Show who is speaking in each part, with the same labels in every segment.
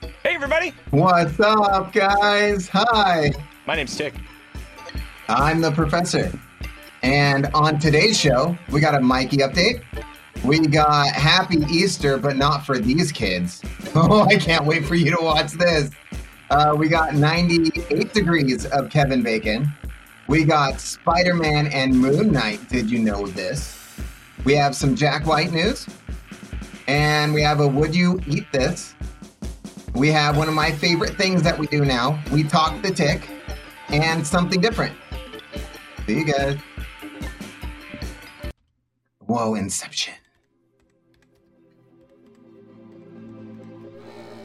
Speaker 1: Hey, everybody.
Speaker 2: What's up, guys? Hi,
Speaker 1: My name's Tick.
Speaker 2: I'm the professor. And on today's show, we got a Mikey update. We got Happy Easter, but not for these kids. Oh, I can't wait for you to watch this. Uh, we got 98 degrees of Kevin Bacon. We got Spider Man and Moon Knight. Did you know this? We have some Jack White news. And we have a Would You Eat This? We have one of my favorite things that we do now. We talk the tick and something different. See you guys. Whoa, Inception.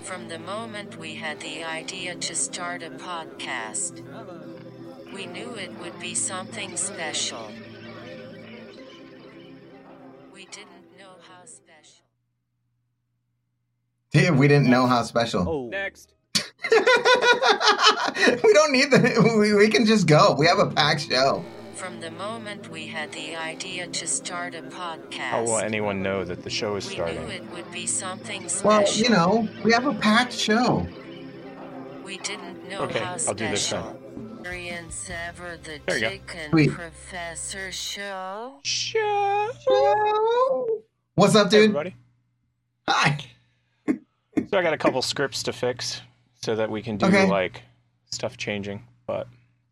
Speaker 3: From the moment we had the idea to start a podcast, we knew it would be something special. We didn't know how special.
Speaker 2: Dude, we didn't know how special.
Speaker 4: Oh,
Speaker 1: Next.
Speaker 2: we don't need the. We, we can just go. We have a packed show.
Speaker 3: From the moment we had the idea to start a
Speaker 1: How
Speaker 3: podcast,
Speaker 1: will anyone know that the show is
Speaker 3: we knew
Speaker 1: Oh, starting?
Speaker 3: it would be something special.
Speaker 2: Well, you know, we have a packed show.
Speaker 3: we didn't know
Speaker 1: Okay,
Speaker 3: how
Speaker 1: I'll do this
Speaker 3: special. Experience ever the
Speaker 1: There you go.
Speaker 3: Dick and
Speaker 2: Sweet.
Speaker 3: Professor Show.
Speaker 1: Show.
Speaker 2: What's up,
Speaker 1: Hey,
Speaker 2: dude?
Speaker 1: everybody.
Speaker 2: Hi.
Speaker 1: So I got a couple scripts to fix so that we can do
Speaker 2: Okay.
Speaker 1: like stuff changing. But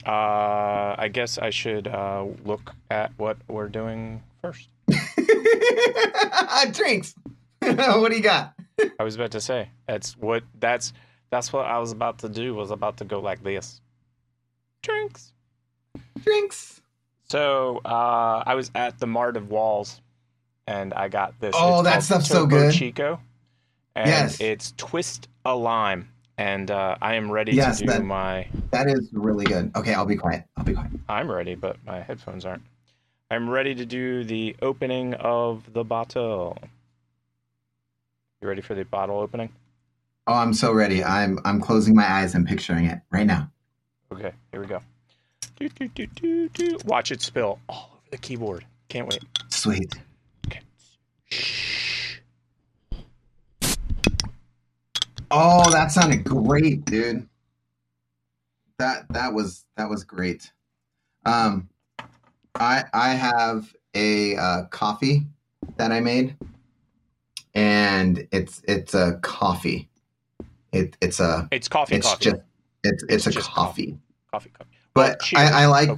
Speaker 1: uh, I guess I should uh, look at what we're doing first.
Speaker 2: Drinks. what do you got?
Speaker 1: I was about to say that's what that's that's what I was about to do was about to go like this. Drinks.
Speaker 2: Drinks.
Speaker 1: So uh, I was at the Mart of Walls, and I got this.
Speaker 2: Oh,
Speaker 1: It's
Speaker 2: that
Speaker 1: called
Speaker 2: stuff's so
Speaker 1: Topo
Speaker 2: good.
Speaker 1: Chico, and
Speaker 2: Yes.
Speaker 1: it's twist a lime, and uh, I am ready
Speaker 2: Yes,
Speaker 1: to do
Speaker 2: that-
Speaker 1: my.
Speaker 2: That is really good. Okay, I'll be quiet. I'll be quiet.
Speaker 1: I'm ready, but my headphones aren't. I'm ready to do the opening of the bottle. You ready for the bottle opening?
Speaker 2: Oh, I'm so ready. I'm I'm closing my eyes and picturing it right now.
Speaker 1: Okay, here we go. Do, do, do, do, do. Watch it spill all over the keyboard. Can't wait.
Speaker 2: Sweet. Oh, that sounded great, dude. That that was that was great. Um, I I have a uh, coffee that I made, and it's it's a coffee. It it's a
Speaker 1: It's coffee,
Speaker 2: it's
Speaker 1: coffee,
Speaker 2: just it's it's,
Speaker 1: It's
Speaker 2: a
Speaker 1: just
Speaker 2: coffee.
Speaker 1: coffee, coffee.
Speaker 2: But
Speaker 1: Oh, cheers.
Speaker 2: I, I like.
Speaker 1: Oh.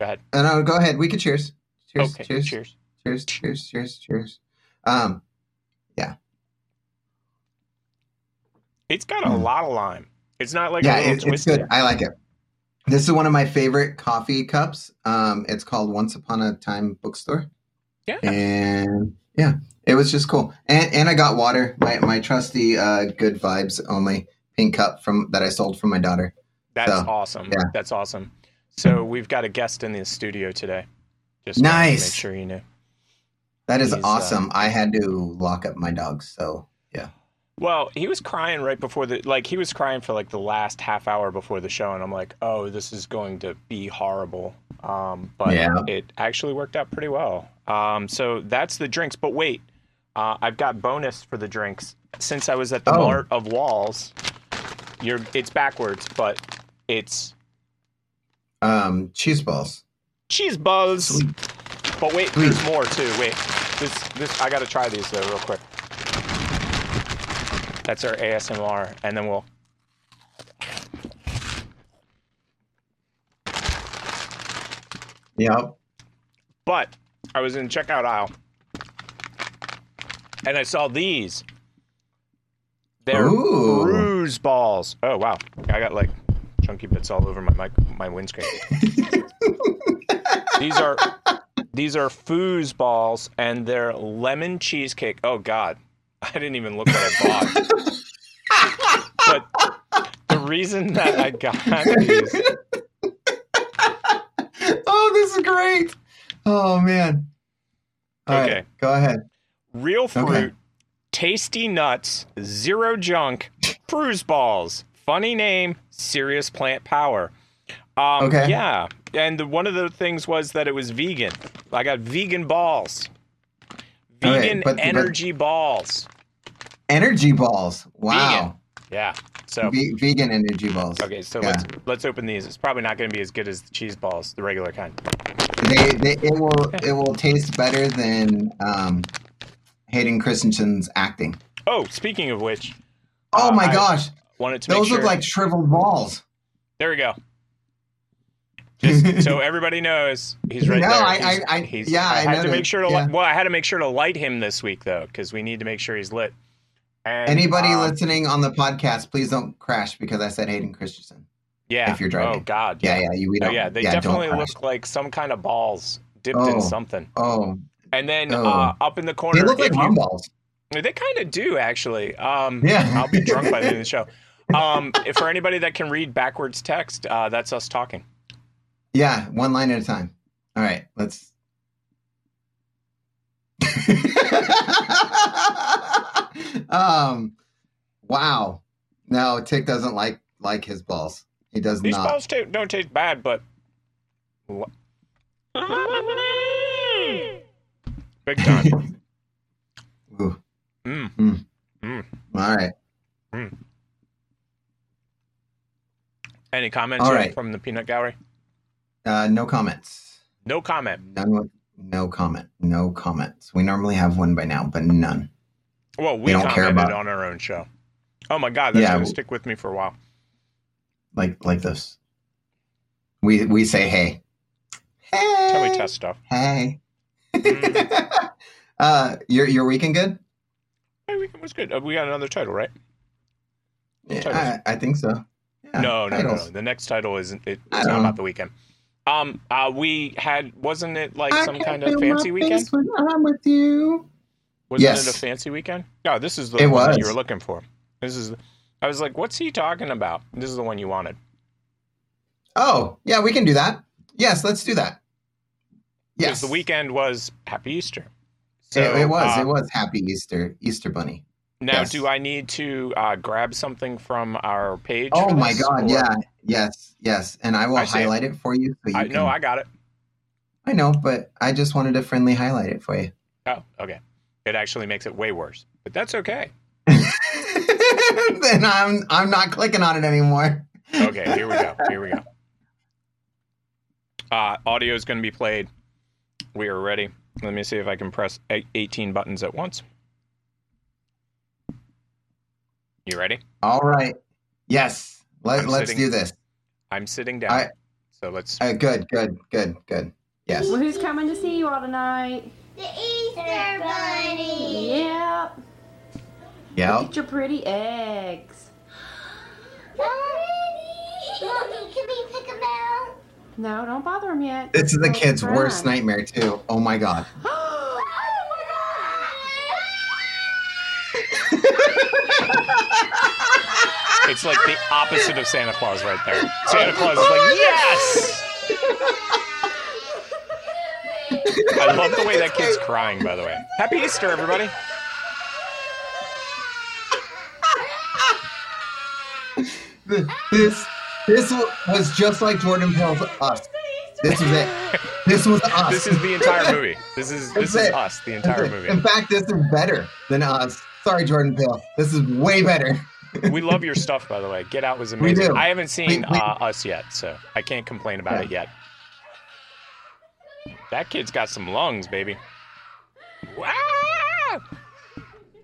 Speaker 1: Go ahead.
Speaker 2: Uh, no, go ahead. We could cheers. Cheers.
Speaker 1: okay,
Speaker 2: cheers.
Speaker 1: cheers.
Speaker 2: Cheers. Cheers. Cheers. Cheers. Um,
Speaker 1: It's got a
Speaker 2: Mm.
Speaker 1: lot of lime. It's not like a
Speaker 2: yeah,
Speaker 1: little
Speaker 2: it, it's
Speaker 1: twisted.
Speaker 2: good. I like it. This is one of my favorite coffee cups. Um, it's called Once Upon a Time Bookstore,
Speaker 1: Yeah.
Speaker 2: and yeah, it was just cool. And and I got water, my my trusty uh, good vibes only pink cup from that I sold from my daughter.
Speaker 1: That's
Speaker 2: so,
Speaker 1: awesome.
Speaker 2: yeah. Hmm.
Speaker 1: That's awesome. So we've got a guest in the studio today. Just wanted to
Speaker 2: Nice.
Speaker 1: Make sure you know.
Speaker 2: That is
Speaker 1: He's, uh,
Speaker 2: awesome. I had to lock up my dogs, so yeah.
Speaker 1: Well, he was crying right before the like he was crying for like the last half hour before the show, and I'm like, oh, this is going to be horrible. Um, but
Speaker 2: Yeah.
Speaker 1: it actually worked out pretty well. Um, so that's the drinks. But wait, uh, I've got bonus for the drinks since I was at the
Speaker 2: Oh.
Speaker 1: Mart of Walls. You're it's backwards, but it's
Speaker 2: Um, cheese balls.
Speaker 1: cheese balls. But wait,
Speaker 2: Sweet.
Speaker 1: there's more too. Wait, this this I gotta try these though real quick. That's our ASMR, and then we'll.
Speaker 2: Yep.
Speaker 1: But I was in checkout aisle, and I saw these. They're
Speaker 2: Ooh.
Speaker 1: bruise balls. Oh wow, I got like chunky bits all over my mic, my windscreen. these are these are foos balls, and they're lemon cheesecake. Oh god, I didn't even look what I bought. but the reason that I got these
Speaker 2: oh, this is great. Oh man. All right,
Speaker 1: Okay.
Speaker 2: go ahead.
Speaker 1: real fruit,
Speaker 2: Okay.
Speaker 1: tasty nuts, zero junk, cruise balls. Funny name, serious plant power. Um,
Speaker 2: Okay.
Speaker 1: Yeah, and the, one of the things was that it was vegan. I got vegan balls,
Speaker 2: Okay,
Speaker 1: vegan
Speaker 2: but- but-
Speaker 1: energy balls.
Speaker 2: Energy balls. Wow.
Speaker 1: Yeah. So
Speaker 2: Ve- vegan energy balls.
Speaker 1: okay, so
Speaker 2: Yeah.
Speaker 1: let's let's open these. It's probably not going to be as good as the cheese balls, the regular kind.
Speaker 2: They, they, it will it will taste better than um, Hayden Christensen's acting.
Speaker 1: Oh, speaking of which,
Speaker 2: Oh
Speaker 1: Uh,
Speaker 2: my
Speaker 1: I-
Speaker 2: gosh,
Speaker 1: wanted to
Speaker 2: those
Speaker 1: make sure.
Speaker 2: look like shriveled balls.
Speaker 1: there we go. Just so everybody knows, he's right
Speaker 2: No,
Speaker 1: there.
Speaker 2: I-
Speaker 1: He's-
Speaker 2: I- I-
Speaker 1: he's-
Speaker 2: yeah, I
Speaker 1: had to
Speaker 2: noticed,
Speaker 1: make sure to. li-
Speaker 2: yeah.
Speaker 1: well, I had to make sure to light him this week though, because we need to make sure he's lit. And,
Speaker 2: Anybody
Speaker 1: um,
Speaker 2: listening on the podcast, please don't crash because I said Hayden Christensen.
Speaker 1: Yeah.
Speaker 2: if you're driving.
Speaker 1: Oh God.
Speaker 2: Yeah, yeah, you we
Speaker 1: Oh,
Speaker 2: don't.
Speaker 1: yeah. They
Speaker 2: don't
Speaker 1: definitely
Speaker 2: crash.
Speaker 1: look like some kind of balls dipped
Speaker 2: Oh.
Speaker 1: in something.
Speaker 2: Oh,
Speaker 1: And then
Speaker 2: Oh.
Speaker 1: uh, up in the corner,
Speaker 2: they look like
Speaker 1: if you-
Speaker 2: rum balls.
Speaker 1: They kind of do, actually. Um,
Speaker 2: Yeah.
Speaker 1: I'll be drunk by the end of the show. Um, if for anybody that can read backwards text, uh, that's us talking.
Speaker 2: Yeah, one line at a time. All right, let's. um, wow. No, Tick doesn't like like his balls. He does
Speaker 1: These
Speaker 2: not.
Speaker 1: balls ta- don't taste bad, but. Wha- Big time.
Speaker 2: Ooh.
Speaker 1: Mm.
Speaker 2: All right.
Speaker 1: Any comments
Speaker 2: All
Speaker 1: here
Speaker 2: right.
Speaker 1: from the peanut gallery?
Speaker 2: Uh, no comments.
Speaker 1: No comment.
Speaker 2: None. With, no comment. No comments. We normally have one by now, but none.
Speaker 1: Well,
Speaker 2: They
Speaker 1: we
Speaker 2: don't
Speaker 1: commented
Speaker 2: care about-
Speaker 1: on our own show. Oh my God, that's
Speaker 2: Yeah,
Speaker 1: going to
Speaker 2: w-
Speaker 1: stick with me for a while.
Speaker 2: Like like this. We we say hey. Hey.
Speaker 1: Tell me test stuff.
Speaker 2: Hey.
Speaker 1: Mm.
Speaker 2: uh, your your weekend good?
Speaker 1: Hey, we- it was good. Uh, We got another title, right?
Speaker 2: Yeah,
Speaker 1: Titles.
Speaker 2: I, I think so. Yeah,
Speaker 1: no, no, no,
Speaker 2: titles.
Speaker 1: no. The next title isn't. It,
Speaker 2: I
Speaker 1: it's not
Speaker 2: don't know.
Speaker 1: about the weekend. Um, uh, we had wasn't it like some kind of fancy weekend?
Speaker 2: When I'm with you.
Speaker 1: Wasn't
Speaker 2: Yes.
Speaker 1: it a fancy weekend? No, this is the
Speaker 2: It
Speaker 1: one that
Speaker 2: was.
Speaker 1: you were looking for. This is. I was like, "What's he talking about?" This is the one you wanted.
Speaker 2: Oh, yeah, we can do that. Yes, let's do that.
Speaker 1: 'Cause
Speaker 2: Yes,
Speaker 1: the weekend was Happy Easter.
Speaker 2: It, it was.
Speaker 1: uh,
Speaker 2: it was Happy Easter, Easter Bunny.
Speaker 1: Now,
Speaker 2: yes.
Speaker 1: do I need to uh, grab something from our page?
Speaker 2: Oh
Speaker 1: for
Speaker 2: my
Speaker 1: this,
Speaker 2: God!
Speaker 1: or-
Speaker 2: Yeah, yes, yes, and I will
Speaker 1: I see it.
Speaker 2: highlight it. for you. So you
Speaker 1: I,
Speaker 2: can,
Speaker 1: no, I got it.
Speaker 2: I know, but I just wanted to friendly highlight it for you.
Speaker 1: Oh, okay. It actually makes it way worse, but that's okay.
Speaker 2: then I'm I'm not clicking on it anymore.
Speaker 1: Okay, here we go. Here we go. Uh, audio is going to be played. We are ready. Let me see if I can press eight- 18 buttons at once. You ready?
Speaker 2: All right. Yes. Let,
Speaker 1: I'm
Speaker 2: let's
Speaker 1: sitting-
Speaker 2: do this.
Speaker 1: I'm sitting down.
Speaker 2: I-
Speaker 1: so let's.
Speaker 2: Uh, good. Good. Good. Good. Yes.
Speaker 5: Well, who's coming to see you all tonight?
Speaker 6: The Easter Bunny.
Speaker 5: Yep.
Speaker 2: Yep.
Speaker 5: Get your pretty eggs.
Speaker 6: Mommy, can we pick them out?
Speaker 5: No, don't bother them yet.
Speaker 2: This is the
Speaker 5: Don't
Speaker 2: kid's
Speaker 5: cry.
Speaker 2: worst nightmare too. Oh my god.
Speaker 6: Oh my God!
Speaker 1: It's like the opposite of Santa Claus right there. Santa Claus is like, yes! I love the way that kid's crying, by the way. Happy Easter, everybody.
Speaker 2: This this was just like Jordan Peele's Us. This was it. This was Us.
Speaker 1: This is the entire movie. This is this
Speaker 2: That's
Speaker 1: is
Speaker 2: it.
Speaker 1: us, the entire movie.
Speaker 2: In fact, this is better than Us. Sorry, Jordan Peele. This is way better.
Speaker 1: we love your stuff, by the way. Get Out was
Speaker 2: We
Speaker 1: amazing.
Speaker 2: do.
Speaker 1: I haven't seen
Speaker 2: We- we-
Speaker 1: uh, Us yet, so I can't complain about it yet. That kid's got some lungs, baby. Wah!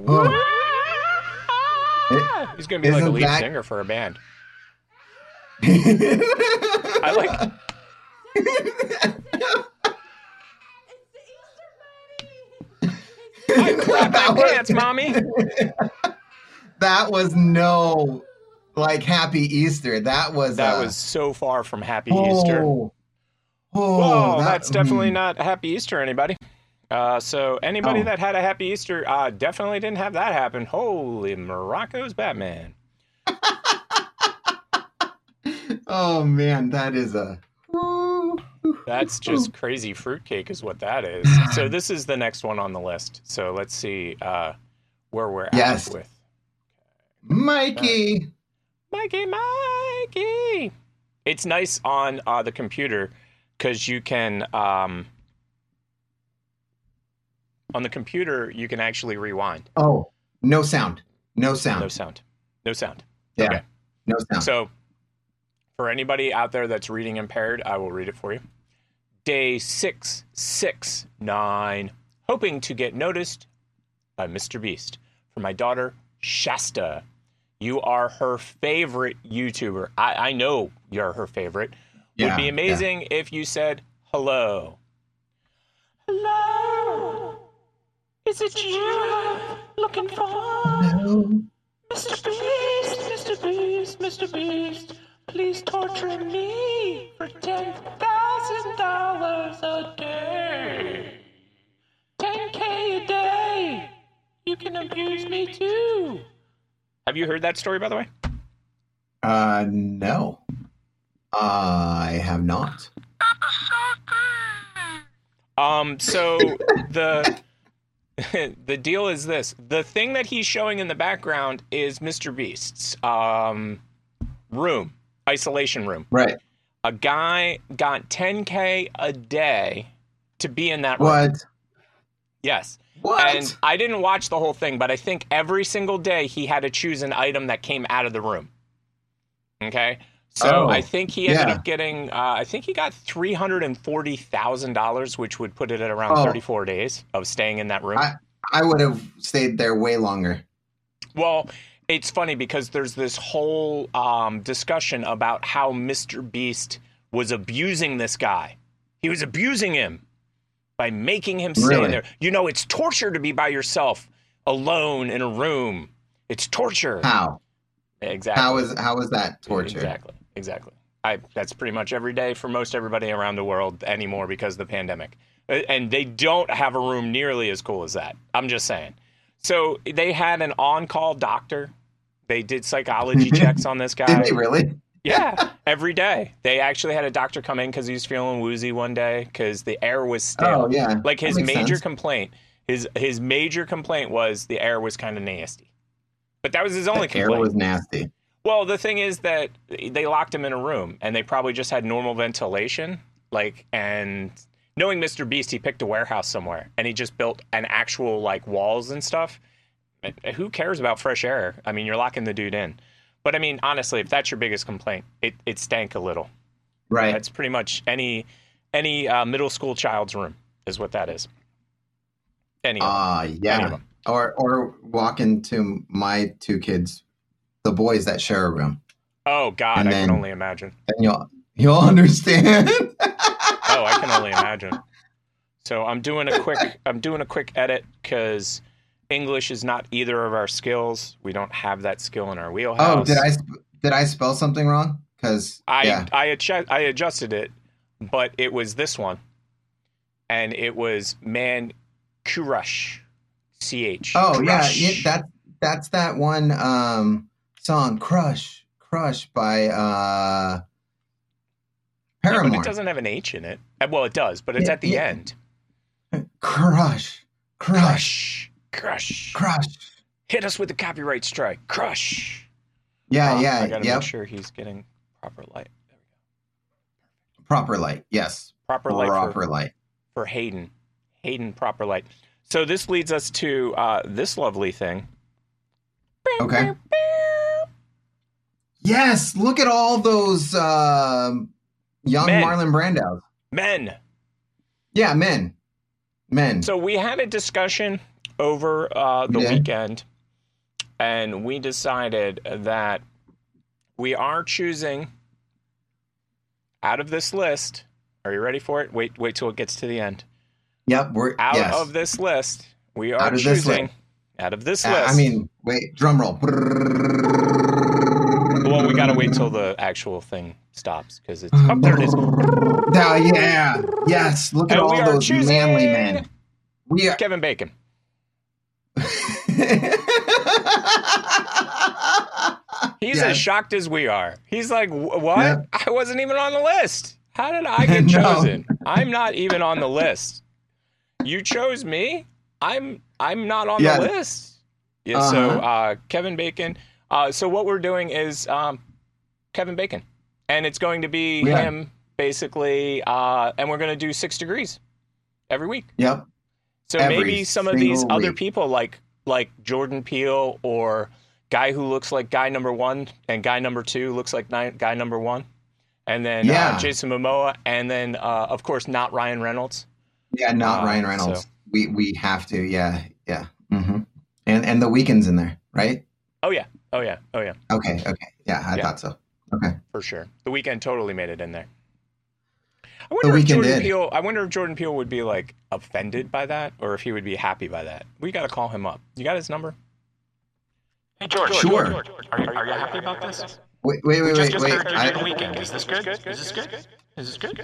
Speaker 2: Oh,
Speaker 1: He's gonna be like a
Speaker 2: Isn't
Speaker 1: lead
Speaker 2: that-
Speaker 1: singer for a band. I like. I crap my
Speaker 2: That was-
Speaker 1: pants, mommy.
Speaker 2: that was no like Happy Easter. That was
Speaker 1: That
Speaker 2: uh,
Speaker 1: was so far from Happy
Speaker 2: oh,
Speaker 1: Easter.
Speaker 2: Oh,
Speaker 1: Whoa,
Speaker 2: that-
Speaker 1: that's definitely
Speaker 2: mm.
Speaker 1: not Happy Easter, anybody. Uh, so anybody
Speaker 2: Oh.
Speaker 1: that had a Happy Easter uh, definitely didn't have that happen. Holy Morocco's Batman.
Speaker 2: Oh man, that is a.
Speaker 1: That's just crazy fruitcake, is what that is. So this is the next one on the list. So let's see uh, where we're
Speaker 2: Yes.
Speaker 1: at with
Speaker 2: Mikey.
Speaker 1: Mikey, Mikey. It's nice on uh, the computer because you can um, on the computer you can actually rewind.
Speaker 2: Oh, no sound. No sound.
Speaker 1: No sound. No sound.
Speaker 2: Yeah.
Speaker 1: Okay.
Speaker 2: No sound.
Speaker 1: So, for anybody out there that's reading impaired, I will read it for you. Day 669. Hoping to get noticed by Mr. Beast for my daughter, Shasta. You are her favorite YouTuber. I, I know you're her favorite.
Speaker 2: Yeah,
Speaker 1: Would be
Speaker 2: yeah.
Speaker 1: amazing if you said hello. Hello. Is it you I'm looking for? Mr. Beast, Mr. Beast, Mr. Beast, please torture me for ten thousand dollars a day. Ten K a day. You can abuse me too. Have you heard that story by the way?
Speaker 2: Uh, no, I have not.
Speaker 6: Oh,
Speaker 1: Um, so the the deal is this: the thing that he's showing in the background is Mr. Beast's um, room, isolation room.
Speaker 2: Right.
Speaker 1: A guy got 10k a day to be in that room.
Speaker 2: What?
Speaker 1: Yes.
Speaker 2: What?
Speaker 1: And I didn't watch the whole thing, but I think every single day he had to choose an item that came out of the room. Okay. So
Speaker 2: Oh,
Speaker 1: I think he ended
Speaker 2: yeah.
Speaker 1: up getting, uh, I think he got $340,000, which would put it at around
Speaker 2: Oh.
Speaker 1: 34 days of staying in that room.
Speaker 2: I would have stayed there way longer.
Speaker 1: Well, it's funny because there's this whole um, discussion about how Mr. Beast was abusing this guy. He was abusing him by making him stay
Speaker 2: Really?
Speaker 1: there. You know, it's torture to be by yourself alone in a room. It's torture.
Speaker 2: How?
Speaker 1: Exactly.
Speaker 2: How is how is that torture?
Speaker 1: Exactly. Exactly. I, that's pretty much every day for most everybody around the world anymore because of the pandemic. A- And they don't have a room nearly as cool as that. I'm just saying. So they had an on call doctor. They did psychology checks on this
Speaker 2: Did
Speaker 1: guy.
Speaker 2: they really?
Speaker 1: Yeah, every day. They actually had a doctor come in because he was feeling woozy one day because the air was stale.
Speaker 2: Oh yeah.
Speaker 1: Like his
Speaker 2: That makes
Speaker 1: major
Speaker 2: sense.
Speaker 1: complaint, his his major complaint was the air was kind of nasty. But that was his only
Speaker 2: The air
Speaker 1: complaint.
Speaker 2: was nasty.
Speaker 1: Well, the thing is that they locked him in a room and they probably just had normal ventilation. Like, and knowing Mr. Beast, he picked a warehouse somewhere and he just built an actual like walls and stuff. And Who cares about fresh air? I mean, you're locking the dude in. But I mean, honestly, if that's your biggest complaint, it, it stank a little.
Speaker 2: Right.
Speaker 1: That's pretty much any any uh, middle school child's room is what that is. Anyway,
Speaker 2: Ah,
Speaker 1: Any of
Speaker 2: yeah.
Speaker 1: them.
Speaker 2: Or or walk into my two kids, the boys that share a room,
Speaker 1: oh God, I can
Speaker 2: and then-
Speaker 1: only imagine.
Speaker 2: and you'll you'll understand.
Speaker 1: oh, I can only imagine. So I'm doing a quick I'm doing a quick edit because English is not either of our skills. We don't have that skill in our wheelhouse.
Speaker 2: oh, did I sp- did I spell something wrong? Because
Speaker 1: I
Speaker 2: yeah,
Speaker 1: I, adju- I adjusted it, but it was this one, and it was man, Kurush, C H.
Speaker 2: Oh yeah,
Speaker 1: Kurush.
Speaker 2: yeah, that that's that one um song "Crush Crush" by uh
Speaker 1: Yeah, but
Speaker 2: Paramore.
Speaker 1: it doesn't have an H in it. Uh, Well, it does, but it's
Speaker 2: Yeah,
Speaker 1: at the
Speaker 2: yeah.
Speaker 1: end.
Speaker 2: crush, crush,
Speaker 1: Crush, crush,
Speaker 2: crush.
Speaker 1: hit us with the copyright strike. Crush.
Speaker 2: Yeah,
Speaker 1: Uh, I
Speaker 2: yeah,
Speaker 1: gotta
Speaker 2: yep.
Speaker 1: make sure he's getting proper light. There we go.
Speaker 2: Proper light, yes.
Speaker 1: proper light
Speaker 2: Proper
Speaker 1: for,
Speaker 2: light.
Speaker 1: for Hayden. Hayden proper light. So this leads us to uh, this lovely thing.
Speaker 2: Okay. Yes, look at all those um, young
Speaker 1: Men.
Speaker 2: Marlon Brando's.
Speaker 1: Men.
Speaker 2: Yeah, men, men.
Speaker 1: So we had a discussion over uh, the
Speaker 2: Yeah.
Speaker 1: weekend, and we decided that we are choosing out of this list. Are you ready for it? Wait, wait till it gets to the end.
Speaker 2: yep, we're
Speaker 1: Out
Speaker 2: yes.
Speaker 1: of this list, we are
Speaker 2: Out of this
Speaker 1: choosing
Speaker 2: list.
Speaker 1: out of this
Speaker 2: Uh,
Speaker 1: list.
Speaker 2: I mean, wait, drum roll.
Speaker 1: well, we gotta wait till the actual thing stops because it's up there. It is.
Speaker 2: Oh, yeah. Yes. Look at
Speaker 1: And we
Speaker 2: all
Speaker 1: are
Speaker 2: those
Speaker 1: choosing-
Speaker 2: manly men. We are.
Speaker 1: Kevin Bacon. He's
Speaker 2: Yeah.
Speaker 1: as shocked as we are. He's like, "Wh- "What?
Speaker 2: Yeah.
Speaker 1: I wasn't even on the list. How did I get
Speaker 2: No.
Speaker 1: chosen? I'm not even on the list. You chose me. I'm I'm not on
Speaker 2: Yeah.
Speaker 1: the list." Yeah. So
Speaker 2: Uh-huh.
Speaker 1: uh, Kevin Bacon. Uh, so what we're doing is um, Kevin Bacon, and it's going to be
Speaker 2: Yeah.
Speaker 1: him basically, uh, and we're going to do six degrees every week.
Speaker 2: yep.
Speaker 1: So
Speaker 2: Every
Speaker 1: maybe some of these
Speaker 2: single
Speaker 1: other
Speaker 2: week.
Speaker 1: people, like like Jordan Peele or guy who looks like guy number one and guy number two looks like ni- guy number one, and then
Speaker 2: Yeah.
Speaker 1: uh, Jason Momoa, and then uh, of course not Ryan Reynolds.
Speaker 2: Yeah, not
Speaker 1: Uh,
Speaker 2: Ryan Reynolds.
Speaker 1: so-
Speaker 2: We we have to. Yeah, yeah. hmm And and the weekend's in there, right?
Speaker 1: Oh yeah, oh yeah, oh yeah,
Speaker 2: Okay, okay. Yeah, I
Speaker 1: Yeah.
Speaker 2: thought so.
Speaker 1: for sure. The weekend totally made it in there. I wonder if
Speaker 2: Weeknd
Speaker 1: Jordan
Speaker 2: did.
Speaker 1: Peele. I wonder if Jordan Peele would be like offended by that, or if he would be happy by that. We got to call him up. You got his number?
Speaker 6: Hey, George.
Speaker 2: Sure.
Speaker 6: George, George, are, you- are you happy about this?
Speaker 2: Wait, wait, wait,
Speaker 6: Just,
Speaker 2: wait.
Speaker 6: just
Speaker 2: wait.
Speaker 6: heard
Speaker 2: I-
Speaker 6: during the weekend. Is this good? Is this good? Is this good?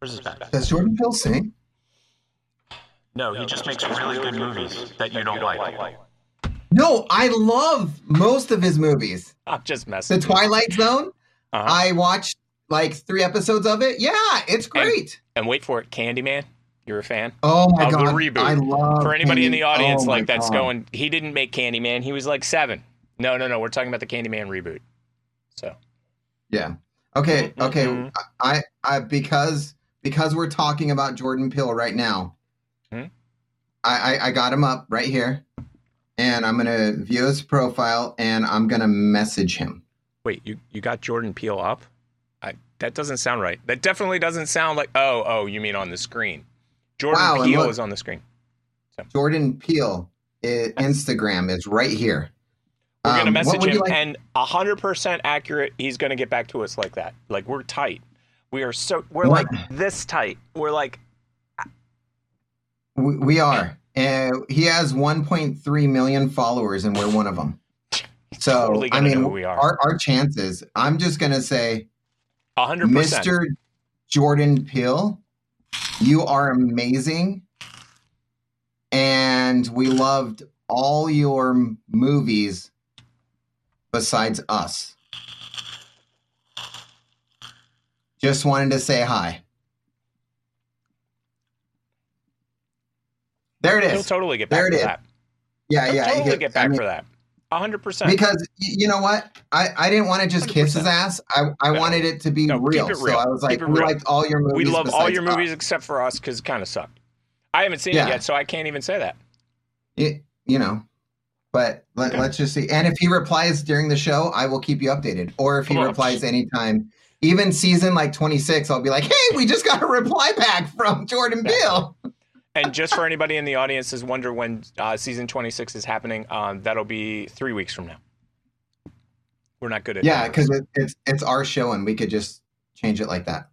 Speaker 6: Or is this bad?
Speaker 2: does Jordan Peele sing?
Speaker 6: No, he just makes really good movies that you don't like.
Speaker 2: No, I love most of his movies.
Speaker 1: I'm just messing.
Speaker 2: The Twilight Zone.
Speaker 1: Mm-hmm. Uh-huh.
Speaker 2: I watched like three episodes of it. Yeah, it's great.
Speaker 1: and wait for it, Candyman. You're a fan.
Speaker 2: oh my
Speaker 1: of the
Speaker 2: god,
Speaker 1: reboot.
Speaker 2: I love
Speaker 1: for anybody in
Speaker 2: Oh, Candy-
Speaker 1: the audience
Speaker 2: oh my
Speaker 1: like that's
Speaker 2: God.
Speaker 1: going he didn't make candyman he was like seven no no no we're talking about the candyman reboot so
Speaker 2: Yeah. Okay.
Speaker 1: Mhm,
Speaker 2: Okay.
Speaker 1: mhm.
Speaker 2: I, I because because we're talking about Jordan Peele right now.
Speaker 1: Mhm.
Speaker 2: I, I I got him up right here, and I'm gonna view his profile and I'm gonna message him.
Speaker 1: wait you, you got jordan peele up I, that doesn't sound right that definitely doesn't sound like oh oh you mean on the screen jordan
Speaker 2: Wow, and
Speaker 1: peele
Speaker 2: look-
Speaker 1: is on the screen
Speaker 2: Jordan Peele i Instagram is right here.
Speaker 1: we're gonna
Speaker 2: Um, what
Speaker 1: message
Speaker 2: would you
Speaker 1: him
Speaker 2: like-
Speaker 1: and and hundred percent accurate he's gonna get back to us like that like we're tight we are so we're
Speaker 2: What?
Speaker 1: like this tight we're like
Speaker 2: We, we are. Uh, he has 1.3 million followers, and we're one of them. So
Speaker 1: Totally
Speaker 2: I
Speaker 1: gonna
Speaker 2: mean,
Speaker 1: know who we are.
Speaker 2: Our, our chances. I'm just gonna say,
Speaker 1: hundred percent
Speaker 2: Mr. Jordan Peele, you are amazing, and we loved all your m- movies besides us. Just wanted to say hi. There it
Speaker 1: he'll
Speaker 2: is.
Speaker 1: totally get back
Speaker 2: There it
Speaker 1: for
Speaker 2: is.
Speaker 1: that
Speaker 2: Yeah,
Speaker 1: he'll
Speaker 2: yeah.
Speaker 1: totally
Speaker 2: he-
Speaker 1: get
Speaker 2: I
Speaker 1: back
Speaker 2: mean,
Speaker 1: for that hundred percent
Speaker 2: because y- you know what i i didn't want to just kiss his
Speaker 1: 100%.
Speaker 2: ass i i
Speaker 1: No.
Speaker 2: wanted it to be
Speaker 1: No, keep
Speaker 2: real.
Speaker 1: it
Speaker 2: so
Speaker 1: real.
Speaker 2: i was like
Speaker 1: Keep it
Speaker 2: we
Speaker 1: real.
Speaker 2: liked all your movies
Speaker 1: we love all
Speaker 2: besides
Speaker 1: your
Speaker 2: Us.
Speaker 1: movies except for us because it kind of sucked. I haven't seen
Speaker 2: Yeah.
Speaker 1: it yet, so I can't even say that.
Speaker 2: It- you know but let,
Speaker 1: Yeah.
Speaker 2: let's just see and if he replies during the show i will keep you updated or if he
Speaker 1: Come on.
Speaker 2: replies anytime even season like 26 i'll be like hey we just got a reply back from jordan
Speaker 1: Yeah.
Speaker 2: bill
Speaker 1: And just for anybody in the audience is wonder when uh, season 26 is happening, um, that'll be three weeks from now. We're not good at
Speaker 2: yeah
Speaker 1: numbers.
Speaker 2: because it, it's it's our show and we could just change it like that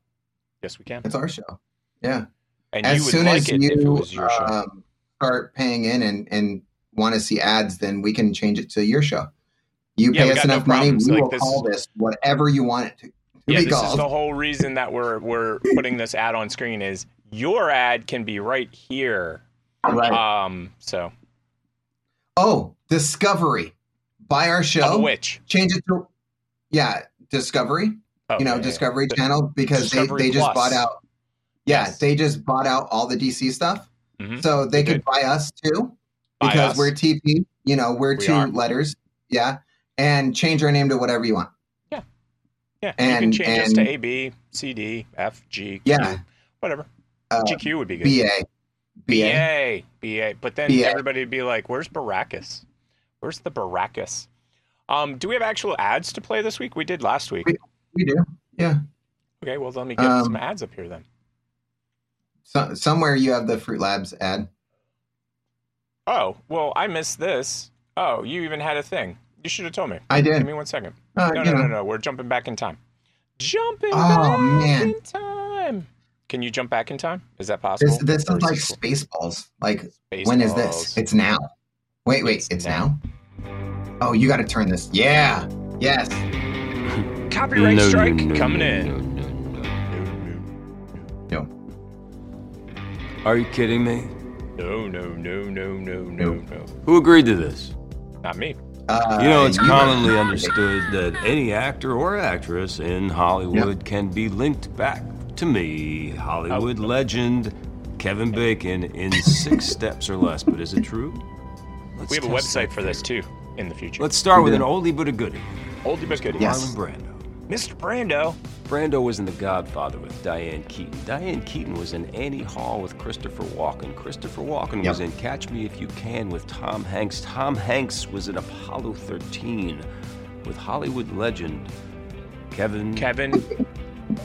Speaker 1: yes we can.
Speaker 2: it's our show yeah
Speaker 1: And
Speaker 2: as
Speaker 1: you would
Speaker 2: soon
Speaker 1: like
Speaker 2: as
Speaker 1: it if it
Speaker 2: you
Speaker 1: was your show.
Speaker 2: um, start paying in and, and want to see ads, then we can change it to your show. You
Speaker 1: Yeah,
Speaker 2: pay
Speaker 1: we
Speaker 2: us
Speaker 1: got no
Speaker 2: enough money,
Speaker 1: problems.
Speaker 2: we
Speaker 1: Like,
Speaker 2: will
Speaker 1: this
Speaker 2: call this whatever you want it to, to
Speaker 1: yeah,
Speaker 2: be
Speaker 1: this is
Speaker 2: called.
Speaker 1: the whole reason that we're we're putting this ad on screen is your ad can be right here.
Speaker 2: right.
Speaker 1: Um, so
Speaker 2: oh, Discovery. Buy our show.
Speaker 1: of which
Speaker 2: Change it to, yeah, Discovery.
Speaker 1: oh,
Speaker 2: you know,
Speaker 1: yeah, yeah,
Speaker 2: Discovery
Speaker 1: The-
Speaker 2: Channel because
Speaker 1: Discovery
Speaker 2: they, they just
Speaker 1: Plus.
Speaker 2: bought out. Yeah,
Speaker 1: Yes.
Speaker 2: they just bought out all the DC stuff,
Speaker 1: Mhm.
Speaker 2: so they
Speaker 1: They
Speaker 2: could buy us too
Speaker 1: Buy
Speaker 2: because
Speaker 1: us.
Speaker 2: we're TP. You know, we're
Speaker 1: We
Speaker 2: two
Speaker 1: are.
Speaker 2: letters. Yeah, and change our name to whatever you want.
Speaker 1: yeah.
Speaker 2: and-
Speaker 1: you can change us to
Speaker 2: and-
Speaker 1: A B C D F G Q,
Speaker 2: Yeah.
Speaker 1: whatever.
Speaker 2: Uh,
Speaker 1: GQ would be good.
Speaker 2: BA.
Speaker 1: BA.
Speaker 2: BA.
Speaker 1: BA. But then
Speaker 2: BA.
Speaker 1: everybody would be like, where's Baracus? Where's the Baracus? Um, do we have actual ads to play this week? We did last week.
Speaker 2: We- We do.
Speaker 1: Okay, well, let me get
Speaker 2: Um,
Speaker 1: some ads up here then.
Speaker 2: So, somewhere you have the Fruit Labs ad.
Speaker 1: Oh, well, I missed this. Oh, you even had a thing. You should have told me.
Speaker 2: I
Speaker 1: Give
Speaker 2: did.
Speaker 1: me one second.
Speaker 2: Uh,
Speaker 1: No, no,
Speaker 2: you know.
Speaker 1: no, no. We're jumping back in time. Jumping
Speaker 2: Oh,
Speaker 1: back
Speaker 2: man.
Speaker 1: in time. Can you jump back in time? Is that possible?
Speaker 2: This, this
Speaker 1: Or
Speaker 2: is like
Speaker 1: cool?
Speaker 2: Spaceballs. Like, when is this?
Speaker 1: Spaceballs.
Speaker 2: It's now. Wait, wait,
Speaker 1: It's
Speaker 2: it's, now? Oh, you got to turn this. Yeah. Yes.
Speaker 1: Copyright
Speaker 7: No,
Speaker 1: strike
Speaker 7: no,
Speaker 1: coming
Speaker 7: no,
Speaker 1: in.
Speaker 7: no, no, no.
Speaker 2: No.
Speaker 7: Are you kidding me?
Speaker 1: No, no, no, no, no, no, no.
Speaker 7: Who agreed to this?
Speaker 1: Not me.
Speaker 2: Uh,
Speaker 7: You know, it's
Speaker 2: you-
Speaker 7: commonly understood that any actor or actress in Hollywood can be linked back to me, Hollywood
Speaker 1: Oh.
Speaker 7: legend Kevin Bacon, in six steps or less. But is it true? Let's
Speaker 1: We have a
Speaker 7: test that
Speaker 1: website for this too in the future.
Speaker 7: theory. Let's start with an oldie but a goodie.
Speaker 1: oldie but goodie.
Speaker 2: Yes.
Speaker 7: Marlon Brando.
Speaker 1: Mr. Brando.
Speaker 7: Brando was in The Godfather with Diane Keaton. Diane Keaton was in Annie Hall with Christopher Walken. Christopher Walken
Speaker 2: Yep.
Speaker 7: was in Catch Me If You Can with Tom Hanks. Tom Hanks was in Apollo 13 with Hollywood legend Kevin
Speaker 1: Kevin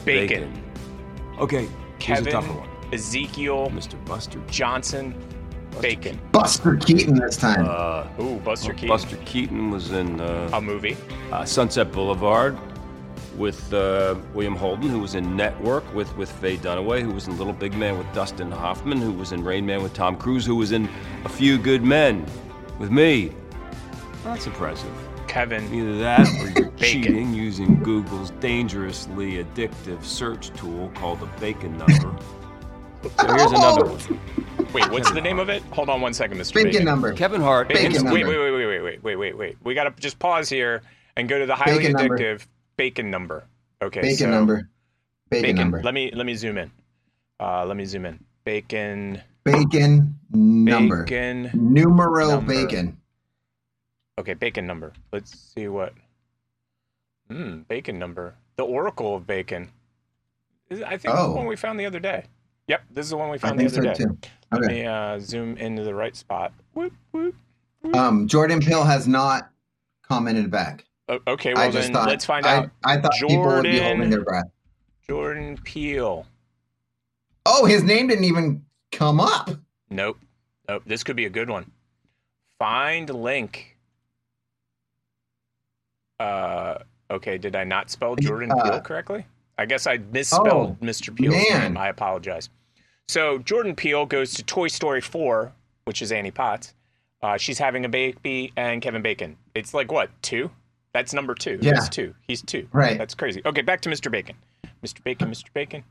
Speaker 1: Bacon.
Speaker 7: Okay, here's a
Speaker 1: Kevin
Speaker 7: tougher one.
Speaker 1: Ezekiel
Speaker 7: Mr. Buster
Speaker 1: Johnson Bacon.
Speaker 2: Buster Keaton this time.
Speaker 7: uh,
Speaker 1: Ooh, Buster Keaton.
Speaker 7: Buster Keaton was in uh,
Speaker 1: A movie.
Speaker 7: uh, Sunset Boulevard with uh, William Holden, who was in Network with, with Faye Dunaway, who was in Little Big Man with Dustin Hoffman, who was in Rain Man with Tom Cruise, who was in A Few Good Men with me. That's impressive.
Speaker 1: Kevin.
Speaker 7: Either that or you're
Speaker 1: Bacon.
Speaker 7: cheating using Google's dangerously addictive search tool called the Bacon number. So here's another one.
Speaker 1: Wait, what's the name of it? Hold on one second, Mr.
Speaker 2: Bacon
Speaker 1: Bacon.
Speaker 2: number.
Speaker 7: Kevin Hart.
Speaker 1: Bacon.
Speaker 2: Bacon
Speaker 1: Wait, wait,
Speaker 2: number.
Speaker 1: wait, wait, wait, wait, wait, wait, wait. We gotta just pause here and go to the highly
Speaker 2: Bacon number.
Speaker 1: addictive Bacon number. Okay.
Speaker 2: Bacon
Speaker 1: so
Speaker 2: number. Bacon,
Speaker 1: Bacon.
Speaker 2: number.
Speaker 1: Let me let me zoom in. Uh, let me zoom in. Bacon.
Speaker 2: bacon number.
Speaker 1: Bacon.
Speaker 2: Numero
Speaker 1: Number.
Speaker 2: bacon.
Speaker 1: Okay, bacon number. Let's see what. Hmm, bacon number. The Oracle of Bacon. Is- I think this is
Speaker 2: Oh.
Speaker 1: the one we found the other day. Yep, this is the one we
Speaker 2: I
Speaker 1: found the
Speaker 2: think
Speaker 1: other day.
Speaker 2: so too.
Speaker 1: Let
Speaker 2: Okay.
Speaker 1: me uh, zoom into the right spot. Whoop, whoop.
Speaker 2: Um, Jordan Pill has not commented back.
Speaker 1: O- okay, well
Speaker 2: I just
Speaker 1: then
Speaker 2: thought
Speaker 1: let's find
Speaker 2: I,
Speaker 1: out.
Speaker 2: I thought people would be
Speaker 1: Jordan-
Speaker 2: holding their breath.
Speaker 1: Jordan Peele.
Speaker 2: Oh, his name didn't even come up.
Speaker 1: Nope. Nope. This could be a good one. Find link. Uh, okay. Did I not spell Jordan
Speaker 2: Uh,
Speaker 1: Peele correctly? I guess I misspelled
Speaker 2: Oh,
Speaker 1: Mr. Peele's
Speaker 2: man.
Speaker 1: name. I apologize. So Jordan Peele goes to Toy Story 4, which is Annie Potts. Uh, she's having a baby and Kevin Bacon. It's like what two? That's number two.
Speaker 2: Yeah.
Speaker 1: That's two. He's two.
Speaker 2: Right.
Speaker 1: That's crazy. Okay, back to Mr. Bacon. Mr. Bacon. Mr. Bacon.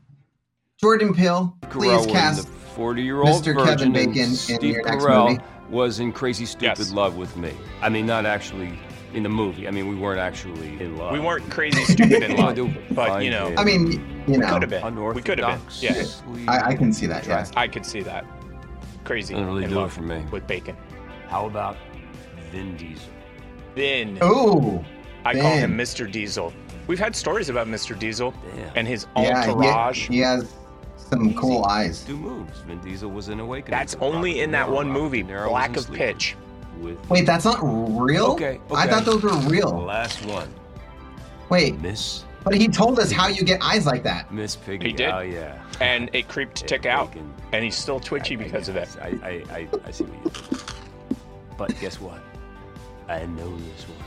Speaker 2: Jordan Pill,
Speaker 7: Carell
Speaker 2: please
Speaker 7: were in
Speaker 2: cast.
Speaker 7: the 40 year old
Speaker 2: Mr.
Speaker 7: virgin
Speaker 2: Kevin
Speaker 7: and
Speaker 2: Bacon in
Speaker 7: Steve
Speaker 2: your next
Speaker 7: Carell
Speaker 2: movie.
Speaker 7: was in Crazy Stupid
Speaker 1: Yes.
Speaker 7: Love with me. I mean, not actually in the movie. I mean, we weren't actually in love.
Speaker 1: We weren't crazy, stupid, and
Speaker 7: Well, I
Speaker 1: love,
Speaker 7: do
Speaker 1: but
Speaker 7: find
Speaker 1: you know.
Speaker 7: it
Speaker 2: I mean, you know,
Speaker 1: could have been. We could have been. Yeah,
Speaker 7: Unorthodoxly
Speaker 2: I, I can see that.
Speaker 7: attractive.
Speaker 2: Yes.
Speaker 1: I could see that. Crazy.
Speaker 7: Doesn't really
Speaker 1: in
Speaker 7: do it
Speaker 1: love
Speaker 7: for me.
Speaker 1: With bacon.
Speaker 7: How about Vin Diesel?
Speaker 1: Then
Speaker 2: Oh,
Speaker 1: I call
Speaker 2: Ben.
Speaker 1: him Mr. Diesel. We've had stories about Mr. Diesel
Speaker 7: Damn.
Speaker 1: and his
Speaker 2: yeah.
Speaker 1: entourage.
Speaker 2: He, he has some cool eyes.
Speaker 7: Two moves. Vin Diesel was in Awakening.
Speaker 1: That's
Speaker 7: with
Speaker 1: only
Speaker 7: Robert
Speaker 1: in that
Speaker 7: De Niro.
Speaker 1: one
Speaker 7: Robert
Speaker 1: movie,
Speaker 7: De Niro was in
Speaker 1: Black of
Speaker 7: Sleeper
Speaker 1: Pitch.
Speaker 7: With
Speaker 2: Wait, that's not real.
Speaker 7: Okay,
Speaker 2: I
Speaker 7: okay.
Speaker 2: thought those were
Speaker 7: the
Speaker 2: real.
Speaker 7: last one,
Speaker 2: Wait,
Speaker 7: Miss
Speaker 2: but he told us how you get eyes like that.
Speaker 7: Miss Piggy.
Speaker 1: He did?
Speaker 7: Oh yeah.
Speaker 1: And it creeped Tick
Speaker 7: Yeah,
Speaker 1: out,
Speaker 7: Bacon.
Speaker 1: and he's still twitchy
Speaker 7: I- I
Speaker 1: because of that.
Speaker 7: guess. I, I, I, I see what you did. But guess what? I know this one.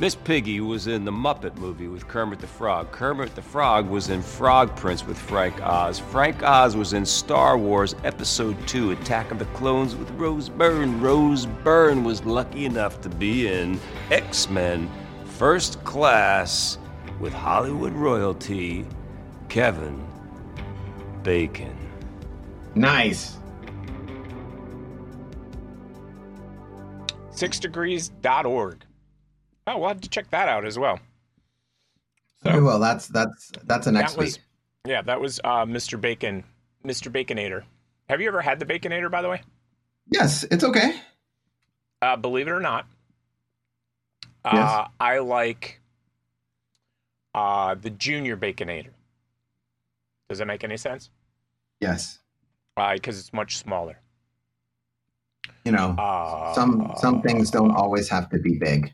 Speaker 7: Miss Piggy was in the Muppet movie with Kermit the Frog. Kermit the Frog was in Frog Prince with Frank Oz. Frank Oz was in Star Wars Episode 2 Attack of the Clones with Rose Byrne. Rose Byrne was lucky enough to be in X Men First Class with Hollywood royalty Kevin Bacon.
Speaker 2: Nice.
Speaker 1: Sixdegrees.org. Oh, we'll have to check that out as well.
Speaker 2: Very well. That's that's that's a next
Speaker 1: that was,
Speaker 2: week.
Speaker 1: yeah, that was uh, Mr. Bacon, Mr. Baconator. Have you ever had the Baconator, by the way?
Speaker 2: Yes, it's okay.
Speaker 1: Uh, believe it or not, uh,
Speaker 2: Yes.
Speaker 1: I like uh, the Junior Baconator. Does that make any sense?
Speaker 2: Yes,
Speaker 1: Because it's much smaller.
Speaker 2: you know,
Speaker 1: Uh,
Speaker 2: some some things don't always have to be big.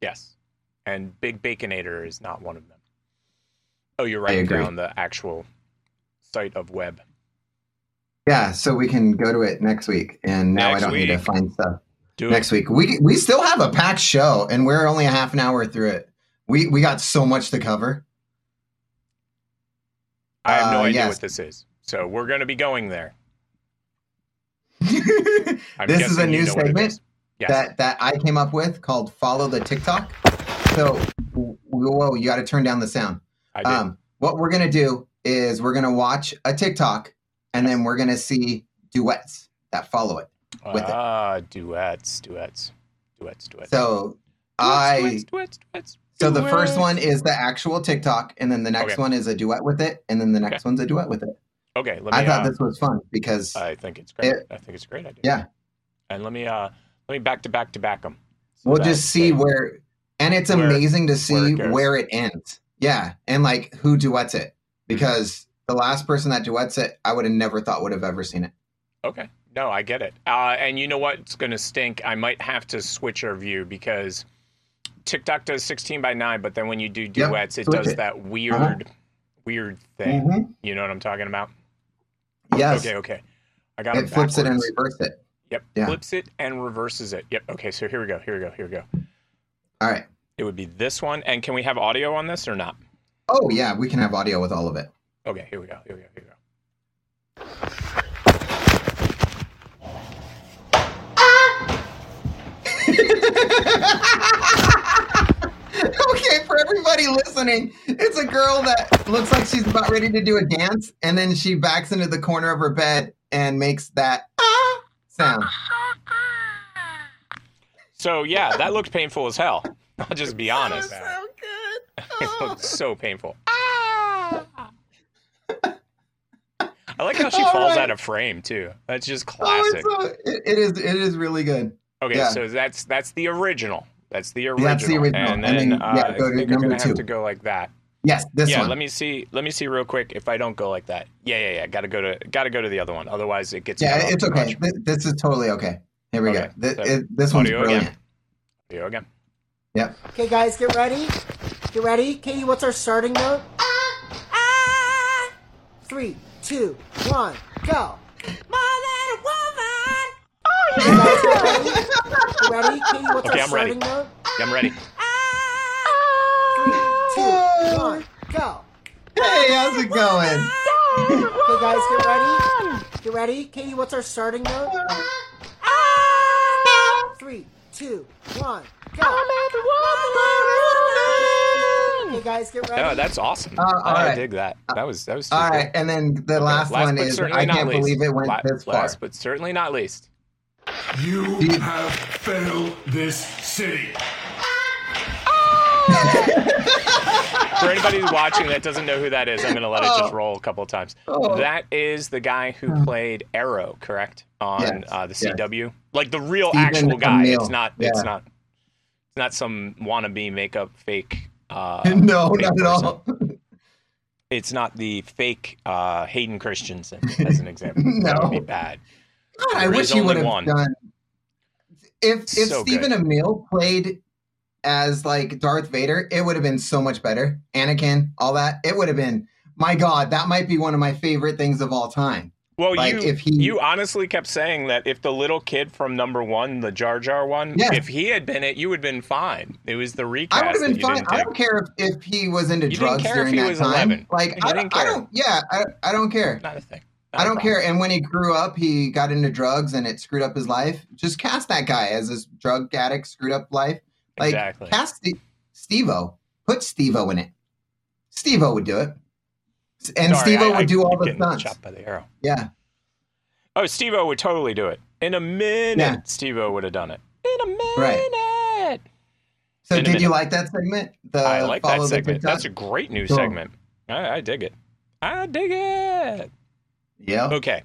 Speaker 1: Yes, and Big Baconator is not one of them. Oh, you're
Speaker 2: I
Speaker 1: right.
Speaker 2: agree.
Speaker 1: On the actual site of web.
Speaker 2: Yeah, so we can go to it next week, and now
Speaker 1: Next
Speaker 2: I don't need to
Speaker 1: week.
Speaker 2: find stuff.
Speaker 1: Do
Speaker 2: Next week, we we still have a packed show, and we're only a half an hour through it. We we got so much to cover.
Speaker 1: I have no
Speaker 2: uh,
Speaker 1: idea
Speaker 2: yes.
Speaker 1: what this is, so we're going to be going there. I'm
Speaker 2: This is
Speaker 1: guessing
Speaker 2: a
Speaker 1: you
Speaker 2: new
Speaker 1: know what it
Speaker 2: segment
Speaker 1: is. Yes.
Speaker 2: that that I came up with called "Follow the TikTok." So, whoa, whoa you got to turn down the sound.
Speaker 1: I did.
Speaker 2: Um, what we're gonna do is we're gonna watch a TikTok, and then we're gonna see duets that follow it. with it.
Speaker 1: Ah, duets, duets, duets, duets.
Speaker 2: So, I.
Speaker 1: Duets, duets, duets,
Speaker 2: So the first
Speaker 1: duets.
Speaker 2: one is the actual TikTok, and then the next
Speaker 1: Okay.
Speaker 2: one is a duet with it, and then the next one's a duet with it.
Speaker 1: Okay, let me.
Speaker 2: I thought
Speaker 1: uh,
Speaker 2: this was fun because
Speaker 1: I think it's great.
Speaker 2: it-
Speaker 1: I think it's a great idea.
Speaker 2: Yeah.
Speaker 1: And let me uh let me back to back to back them.
Speaker 2: we'll just see where and it's
Speaker 1: Where-
Speaker 2: amazing to
Speaker 1: where
Speaker 2: see
Speaker 1: it
Speaker 2: where it,
Speaker 1: goes.
Speaker 2: ends. Yeah, and like who duets it
Speaker 1: Mm-hmm.
Speaker 2: because the last person that duets it, I would have never thought would have ever seen it.
Speaker 1: Okay. No, I get it. Uh, and you know what's going to stink? I might have to switch our view because TikTok does 16 by 9, but then when you do
Speaker 2: Yep,
Speaker 1: duets, it
Speaker 2: switch
Speaker 1: does
Speaker 2: it. Uh-huh.
Speaker 1: that weird, weird thing.
Speaker 2: Mhm.
Speaker 1: You know what I'm talking about?
Speaker 2: Yes,
Speaker 1: Okay, okay. I got
Speaker 2: it flips it and reverses it.
Speaker 1: Yep.
Speaker 2: yeah.
Speaker 1: Flips it and reverses it. Yep. Okay, so here we go. Here we go. Here we go.
Speaker 2: All right.
Speaker 1: It would be this one. And can we have audio on this or not?
Speaker 2: Oh yeah, we can have audio with all of it.
Speaker 1: Okay, here we go. Here we go. Here we go.
Speaker 2: okay, for everybody listening, it's a girl that looks like she's about ready to do a dance, and then she backs into the corner of her bed and makes that ah sound.
Speaker 1: So, yeah, that looked painful as hell. I'll just be honest. it
Speaker 2: Oh.
Speaker 1: looked so painful. I like how she
Speaker 2: All
Speaker 1: falls
Speaker 2: right.
Speaker 1: out of frame too. That's just
Speaker 2: Oh,
Speaker 1: classic.
Speaker 2: it's so, it, it is. It is really good.
Speaker 1: okay,
Speaker 2: yeah.
Speaker 1: so that's that's the original. That's the original.
Speaker 2: That's the original.
Speaker 1: And
Speaker 2: And
Speaker 1: then,
Speaker 2: then, yeah,
Speaker 1: uh,
Speaker 2: go
Speaker 1: I
Speaker 2: to
Speaker 1: think I'm
Speaker 2: number
Speaker 1: gonna
Speaker 2: two.
Speaker 1: have to go like that.
Speaker 2: Yes, this
Speaker 1: yeah,
Speaker 2: one.
Speaker 1: let me see. Let me see real quick if I don't go like that. Yeah, yeah, yeah. Got to go to got to go to the other one. Otherwise, it gets. cut
Speaker 2: yeah,
Speaker 1: off
Speaker 2: it's
Speaker 1: too
Speaker 2: okay.
Speaker 1: much.
Speaker 2: This, this is totally okay. Here we
Speaker 1: Okay,
Speaker 2: go. This,
Speaker 1: so
Speaker 2: it, this one's
Speaker 1: audio
Speaker 2: brilliant.
Speaker 1: again. Here we go again.
Speaker 2: Yep.
Speaker 8: Okay, guys, get ready. Get ready. Katie, what's our starting note? Three, two, one, go. Get ready. Katie, what's
Speaker 1: Okay,
Speaker 8: our
Speaker 1: I'm ready.
Speaker 8: starting note?
Speaker 1: Yeah, I'm ready.
Speaker 8: Two, one, go.
Speaker 2: Hey, how's it going?
Speaker 8: Okay, guys, get ready. Get ready. Katie, what's our starting note? Three, two, one, go. Okay, guys, get ready.
Speaker 1: Oh, that's awesome.
Speaker 2: Uh, all
Speaker 1: I
Speaker 2: right.
Speaker 1: dig that. That was that was. too
Speaker 2: All
Speaker 1: cool.
Speaker 2: right, and then the
Speaker 1: Okay,
Speaker 2: last, one
Speaker 1: but
Speaker 2: is
Speaker 1: certainly
Speaker 2: I
Speaker 1: not
Speaker 2: can't
Speaker 1: least.
Speaker 2: believe it went
Speaker 1: La-
Speaker 2: this far.
Speaker 1: Last but certainly not least.
Speaker 9: You
Speaker 2: Dude.
Speaker 9: have failed this city.
Speaker 1: For anybody who's watching that doesn't know who that is, I'm going to let it just
Speaker 2: Oh.
Speaker 1: roll a couple of times.
Speaker 2: Oh. Hmm.
Speaker 1: That is the guy who played Arrow, correct? On
Speaker 2: Yes,
Speaker 1: uh, the
Speaker 2: yes.
Speaker 1: CW, like the real
Speaker 2: Stephen
Speaker 1: actual guy.
Speaker 2: Amell,
Speaker 1: It's not.
Speaker 2: yeah.
Speaker 1: It's not. It's not some wannabe makeup fake. Uh,
Speaker 2: no,
Speaker 1: fake
Speaker 2: not at
Speaker 1: person.
Speaker 2: all.
Speaker 1: It's not the fake uh, Hayden Christensen, as an example. That would be
Speaker 2: No.
Speaker 1: bad.
Speaker 2: God, I
Speaker 1: There
Speaker 2: wish
Speaker 1: is
Speaker 2: he
Speaker 1: only
Speaker 2: would have
Speaker 1: one.
Speaker 2: done. If if
Speaker 1: So
Speaker 2: Stephen
Speaker 1: good.
Speaker 2: Amell played as like Darth Vader, it would have been so much better. Anakin, all that, it would have been. My God, that might be one of my favorite things of all time.
Speaker 1: Well,
Speaker 2: Like,
Speaker 1: you
Speaker 2: if he-
Speaker 1: you honestly kept saying that if the little kid from number one, the Jar Jar one,
Speaker 2: Yeah.
Speaker 1: if he had been it, you would have been fine. It was the recast.
Speaker 2: I would have been
Speaker 1: that you
Speaker 2: fine.
Speaker 1: didn't
Speaker 2: I
Speaker 1: take.
Speaker 2: don't care if, if he was into
Speaker 1: You didn't
Speaker 2: drugs
Speaker 1: care if
Speaker 2: during
Speaker 1: he
Speaker 2: that
Speaker 1: was
Speaker 2: time.
Speaker 1: 11.
Speaker 2: Like
Speaker 1: You
Speaker 2: I,
Speaker 1: didn't
Speaker 2: I
Speaker 1: care.
Speaker 2: don't. Yeah, I, I don't care.
Speaker 1: Not a thing. Not
Speaker 2: I
Speaker 1: a
Speaker 2: don't
Speaker 1: problem.
Speaker 2: care. And when he grew up, he got into drugs and it screwed up his life. Just cast that guy as this drug addict, screwed up life. Like,
Speaker 1: Exactly.
Speaker 2: cast Ste- Steve-O. Put Steve-O in it. Steve-O would do it. S- And
Speaker 1: Sorry,
Speaker 2: Steve-O
Speaker 1: I-
Speaker 2: would
Speaker 1: I
Speaker 2: do all
Speaker 1: keep
Speaker 2: the
Speaker 1: getting
Speaker 2: stunts.
Speaker 1: Chopped by the arrow.
Speaker 2: Yeah.
Speaker 1: Oh, Steve O would totally do it in a minute.
Speaker 2: Yeah.
Speaker 1: Steve O would have done it in a minute.
Speaker 2: So
Speaker 1: In a
Speaker 2: did you
Speaker 1: minute.
Speaker 2: like that segment? The
Speaker 1: I like that
Speaker 2: Uh, follow the
Speaker 1: segment.
Speaker 2: TikTok?
Speaker 1: That's a great new
Speaker 2: Cool.
Speaker 1: segment. I, I dig it. I dig it.
Speaker 2: yeah.
Speaker 1: Okay.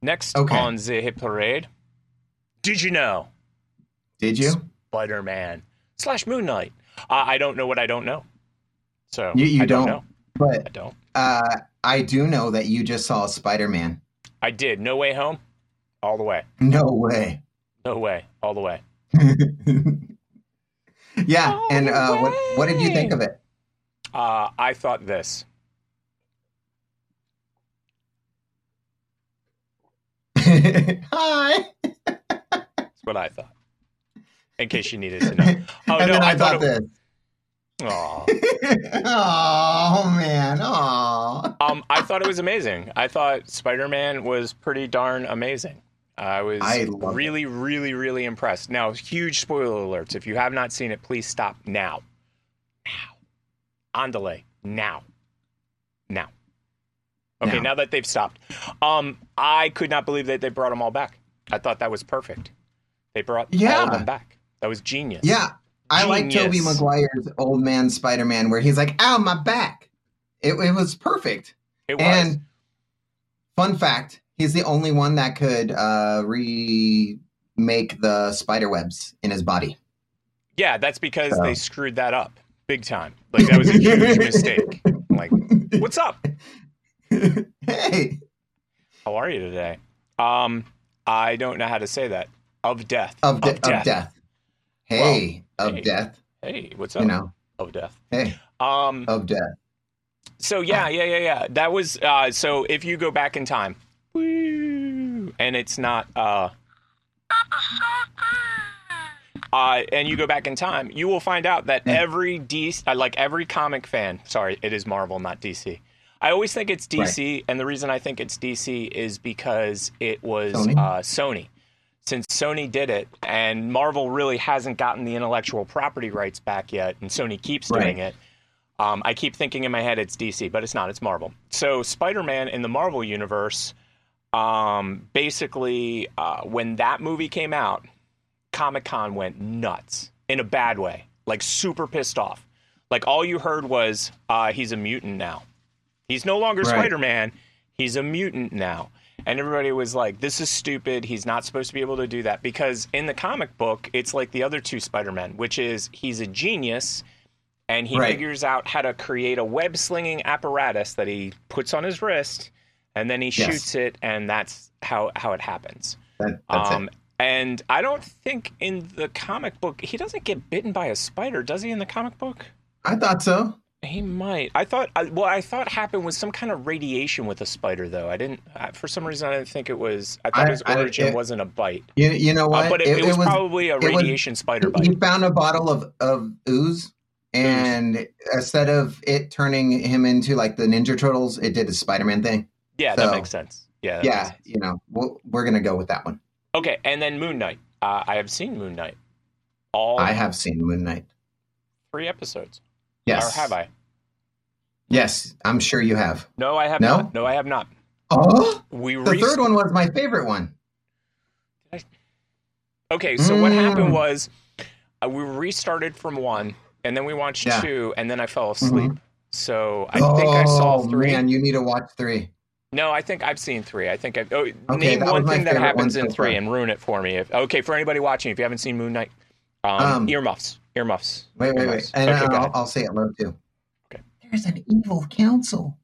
Speaker 1: Next
Speaker 2: Oh. Okay.
Speaker 1: on the hit parade. Did you know?
Speaker 2: Did you?
Speaker 1: Spider Man slash Moon Knight. Uh, I don't know what I don't know. So
Speaker 2: You, you
Speaker 1: I don't,
Speaker 2: don't.
Speaker 1: know. I
Speaker 2: But
Speaker 1: don't.
Speaker 2: uh, I do know that you just saw Spider-Man.
Speaker 1: I did. No way home. All the way.
Speaker 2: No way.
Speaker 1: No way. All the way.
Speaker 2: yeah.
Speaker 1: No
Speaker 2: and uh, what what did you
Speaker 1: way.
Speaker 2: think of it?
Speaker 1: Uh, I thought this.
Speaker 2: Hi.
Speaker 1: That's what I thought. In case you needed to know. Oh
Speaker 2: and
Speaker 1: no,
Speaker 2: then I,
Speaker 1: I
Speaker 2: thought,
Speaker 1: thought it-
Speaker 2: this.
Speaker 1: Aw.
Speaker 2: oh man, oh.
Speaker 1: um, I thought it was amazing. I thought Spider Man was pretty darn amazing. I was
Speaker 2: I love it.
Speaker 1: really, really, really impressed. Now, huge spoiler alerts. If you have not seen it, please stop now. Now. On delay. Now. Now. Okay,
Speaker 2: Now.
Speaker 1: now that they've stopped. Um, I could not believe that they brought them all back. I thought that was perfect. They brought all
Speaker 2: Yeah.
Speaker 1: of them back. That was genius.
Speaker 2: Yeah, I like Toby
Speaker 1: Genius.
Speaker 2: Maguire's old man Spider-Man, where he's like, "Ow, my back." It, it was perfect.
Speaker 1: It was.
Speaker 2: And fun fact, he's the only one that could uh, remake the spider webs in his body.
Speaker 1: Yeah, that's because
Speaker 2: So.
Speaker 1: they screwed that up big time. Like that was a huge mistake. Like, what's up?
Speaker 2: Hey,
Speaker 1: How are you today? Um, I don't know how to say that. Of death.
Speaker 2: of, de- of death. Hey, of
Speaker 1: hey.
Speaker 2: death.
Speaker 1: Hey, what's up?
Speaker 2: You know,
Speaker 1: Of death.
Speaker 2: hey,
Speaker 1: Um.
Speaker 2: of death.
Speaker 1: So
Speaker 2: Oh.
Speaker 1: yeah, yeah, yeah, yeah. That was uh so if you go back in time. Woo, and it's not uh uh, and you go back in time, you will find out that
Speaker 2: Yeah.
Speaker 1: every DC, uh, like every comic fan, sorry, it is Marvel, not DC. I always think it's DC, and the reason I think it's DC is because it was
Speaker 2: Sony?
Speaker 1: Uh, Sony. Since Sony did it, and Marvel really hasn't gotten the intellectual property rights back yet, and Sony keeps doing it. Um, I keep thinking in my head it's DC, but it's not. It's Marvel. So Spider-Man in the Marvel universe, um, basically, uh, when that movie came out, Comic Con went nuts in a bad way, like super pissed off. Like all you heard was uh, he's a mutant now. He's no longer
Speaker 2: Right.
Speaker 1: Spider Man. He's a mutant now. And everybody was like, this is stupid. He's not supposed to be able to do that. Because in the comic book, it's like the other two Spider Men, which is he's a genius and he
Speaker 2: Right.
Speaker 1: figures out how to create a web slinging apparatus that he puts on his wrist and then he
Speaker 2: Yes.
Speaker 1: shoots it. And that's how, how it happens.
Speaker 2: That, that's
Speaker 1: um, And I don't think in the comic book, he doesn't get bitten by a spider, does he, in the comic book?
Speaker 2: it. I thought so.
Speaker 1: He might. I thought. I, what I thought happened was some kind of radiation with a spider, though. I didn't. I, for some reason, I didn't think it was. I thought
Speaker 2: I-
Speaker 1: his
Speaker 2: I-
Speaker 1: origin
Speaker 2: it-
Speaker 1: wasn't a bite,
Speaker 2: You, you know what?
Speaker 1: uh, but it, it was, probably a
Speaker 2: was-
Speaker 1: radiation spider
Speaker 2: He
Speaker 1: bite.
Speaker 2: found a bottle of, of ooze, and instead of it turning him into like the Ninja Turtles, it did the Spider Man thing.
Speaker 1: Yeah,
Speaker 2: so-
Speaker 1: that makes sense. Yeah. that makes
Speaker 2: yeah,
Speaker 1: sense.
Speaker 2: you know, we'll, we're gonna go with that one.
Speaker 1: Okay, and then Moon Knight. Uh, I have seen Moon Knight. All
Speaker 2: I have seen Moon Knight.
Speaker 1: three episodes.
Speaker 2: Yes,
Speaker 1: Or have I?
Speaker 2: Yes, I'm sure you have.
Speaker 1: No, I have
Speaker 2: No?
Speaker 1: not. No, I have not.
Speaker 2: Oh,
Speaker 1: We
Speaker 2: the
Speaker 1: rec-
Speaker 2: third one was my favorite one.
Speaker 1: Okay, so what happened
Speaker 2: Mm.
Speaker 1: was uh, we restarted from one, and then we watched
Speaker 2: Yeah. Mm-hmm.
Speaker 1: two, and then I fell asleep. So I
Speaker 2: oh,
Speaker 1: think I saw three.
Speaker 2: Man, you need to watch three.
Speaker 1: No, I think I've seen three. I think I've. Oh, name
Speaker 2: that
Speaker 1: one
Speaker 2: was my
Speaker 1: thing that
Speaker 2: favorite
Speaker 1: happens
Speaker 2: one
Speaker 1: in
Speaker 2: so
Speaker 1: three
Speaker 2: far.
Speaker 1: and ruin it for me. If, okay, for anybody watching, if you haven't seen Moon Knight, um,
Speaker 2: Um,
Speaker 1: earmuffs, earmuffs.
Speaker 2: Wait, wait,
Speaker 1: earmuffs.
Speaker 2: wait, and uh,
Speaker 1: okay, go
Speaker 2: I'll,
Speaker 1: ahead.
Speaker 2: I'll say it low too.
Speaker 1: Okay.
Speaker 2: There's an evil council.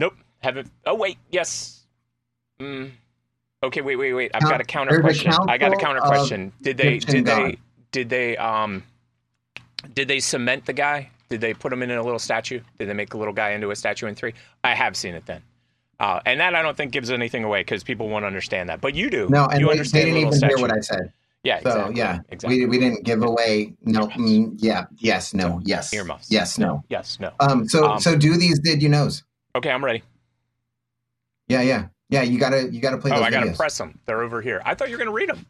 Speaker 1: Nope, haven't. Oh wait, yes. Mm. Okay, wait, wait, wait. I've
Speaker 2: Count-
Speaker 1: got a counter
Speaker 2: there's a
Speaker 1: question. I got a
Speaker 2: council
Speaker 1: counter
Speaker 2: of
Speaker 1: question. Did they? Did
Speaker 2: Egyptian gods.
Speaker 1: they? Did they? Um. Did they cement the guy? Did they put him in a little statue? Did they make a little guy into a statue in three? I have seen it then. Uh, and that I don't think gives anything away because people won't understand that, but you do.
Speaker 2: No,
Speaker 1: you
Speaker 2: and they, they
Speaker 1: understand
Speaker 2: didn't
Speaker 1: little
Speaker 2: even
Speaker 1: statue.
Speaker 2: hear what I said.
Speaker 1: Yeah,
Speaker 2: So
Speaker 1: exactly.
Speaker 2: yeah,
Speaker 1: exactly.
Speaker 2: we we didn't give away. No,
Speaker 1: Earmuffs.
Speaker 2: mm, yeah, yes, no, yes,
Speaker 1: Earmuffs.
Speaker 2: yes, no.
Speaker 1: Yes, no.
Speaker 2: Um, so
Speaker 1: Um,
Speaker 2: so do these did you knows?
Speaker 1: Okay, I'm ready.
Speaker 2: Yeah, yeah, yeah. You gotta you gotta play.
Speaker 1: Oh,
Speaker 2: those
Speaker 1: I gotta
Speaker 2: videos.
Speaker 1: press them. They're over here. I thought you were gonna read them.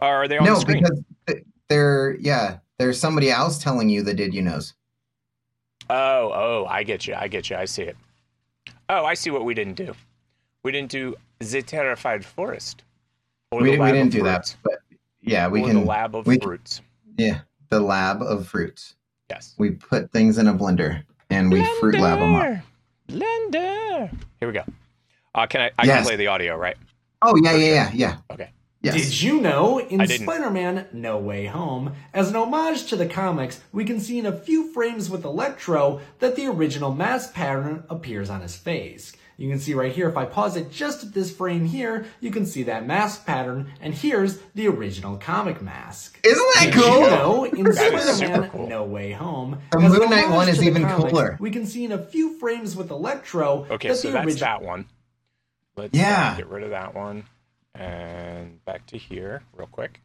Speaker 1: Are they on
Speaker 2: No,
Speaker 1: the screen?
Speaker 2: because th- they're yeah, there's somebody else telling you the did you knows.
Speaker 1: Oh, oh, I get you. I get you. I see it. Oh, I see what we didn't do. We didn't do the terrified forest. Or
Speaker 2: We,
Speaker 1: the
Speaker 2: we
Speaker 1: Lab
Speaker 2: didn't
Speaker 1: of
Speaker 2: do that,
Speaker 1: Brutes.
Speaker 2: but yeah, we
Speaker 1: or
Speaker 2: can.
Speaker 1: the lab of
Speaker 2: we can-
Speaker 1: brutes.
Speaker 2: Yeah, the lab of fruits.
Speaker 1: Yes.
Speaker 2: We put things in a blender and we fruit lab them up.
Speaker 1: Blender. Here we go. Uh, can I? I can
Speaker 2: Yes.
Speaker 1: play the audio, right?
Speaker 2: Oh yeah, yeah, yeah, yeah.
Speaker 1: Okay.
Speaker 2: Yes.
Speaker 10: Did you know in
Speaker 1: I didn't.
Speaker 10: Spider Man No Way Home, as an homage to the comics, we can see in a few frames with Electro that the original mask pattern appears on his face. You can see right here, if I pause it just at this frame here, you can see that mask pattern, and here's the original comic mask.
Speaker 2: Isn't that
Speaker 10: Did you
Speaker 2: cool?
Speaker 10: know in
Speaker 1: That is super
Speaker 10: Spider-Man
Speaker 1: cool.
Speaker 10: No Way Home,
Speaker 2: The
Speaker 10: as an
Speaker 2: Moon Knight
Speaker 10: homage
Speaker 2: one
Speaker 10: to
Speaker 2: is
Speaker 10: the
Speaker 2: even cooler.
Speaker 10: We can see in a few frames with Electro
Speaker 1: Okay,
Speaker 10: that
Speaker 1: so
Speaker 10: the
Speaker 1: that's
Speaker 10: original
Speaker 1: that one. Let's uh,
Speaker 2: Yeah.
Speaker 1: get rid of that one and back to here real quick.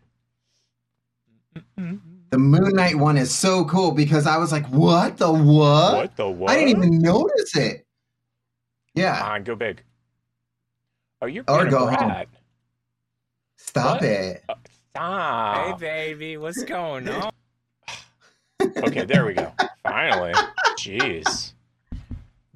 Speaker 2: The Moon Knight one is so cool because I was like, what the what?
Speaker 1: What the what?
Speaker 2: I didn't even notice it. Yeah.
Speaker 1: Ah, go big. Oh, you're
Speaker 2: Or
Speaker 1: being a
Speaker 2: go home.
Speaker 1: brat.
Speaker 2: Stop
Speaker 1: what?
Speaker 2: it.
Speaker 1: Stop.
Speaker 6: baby, what's going on?
Speaker 1: Okay, there we go. Finally. Jeez.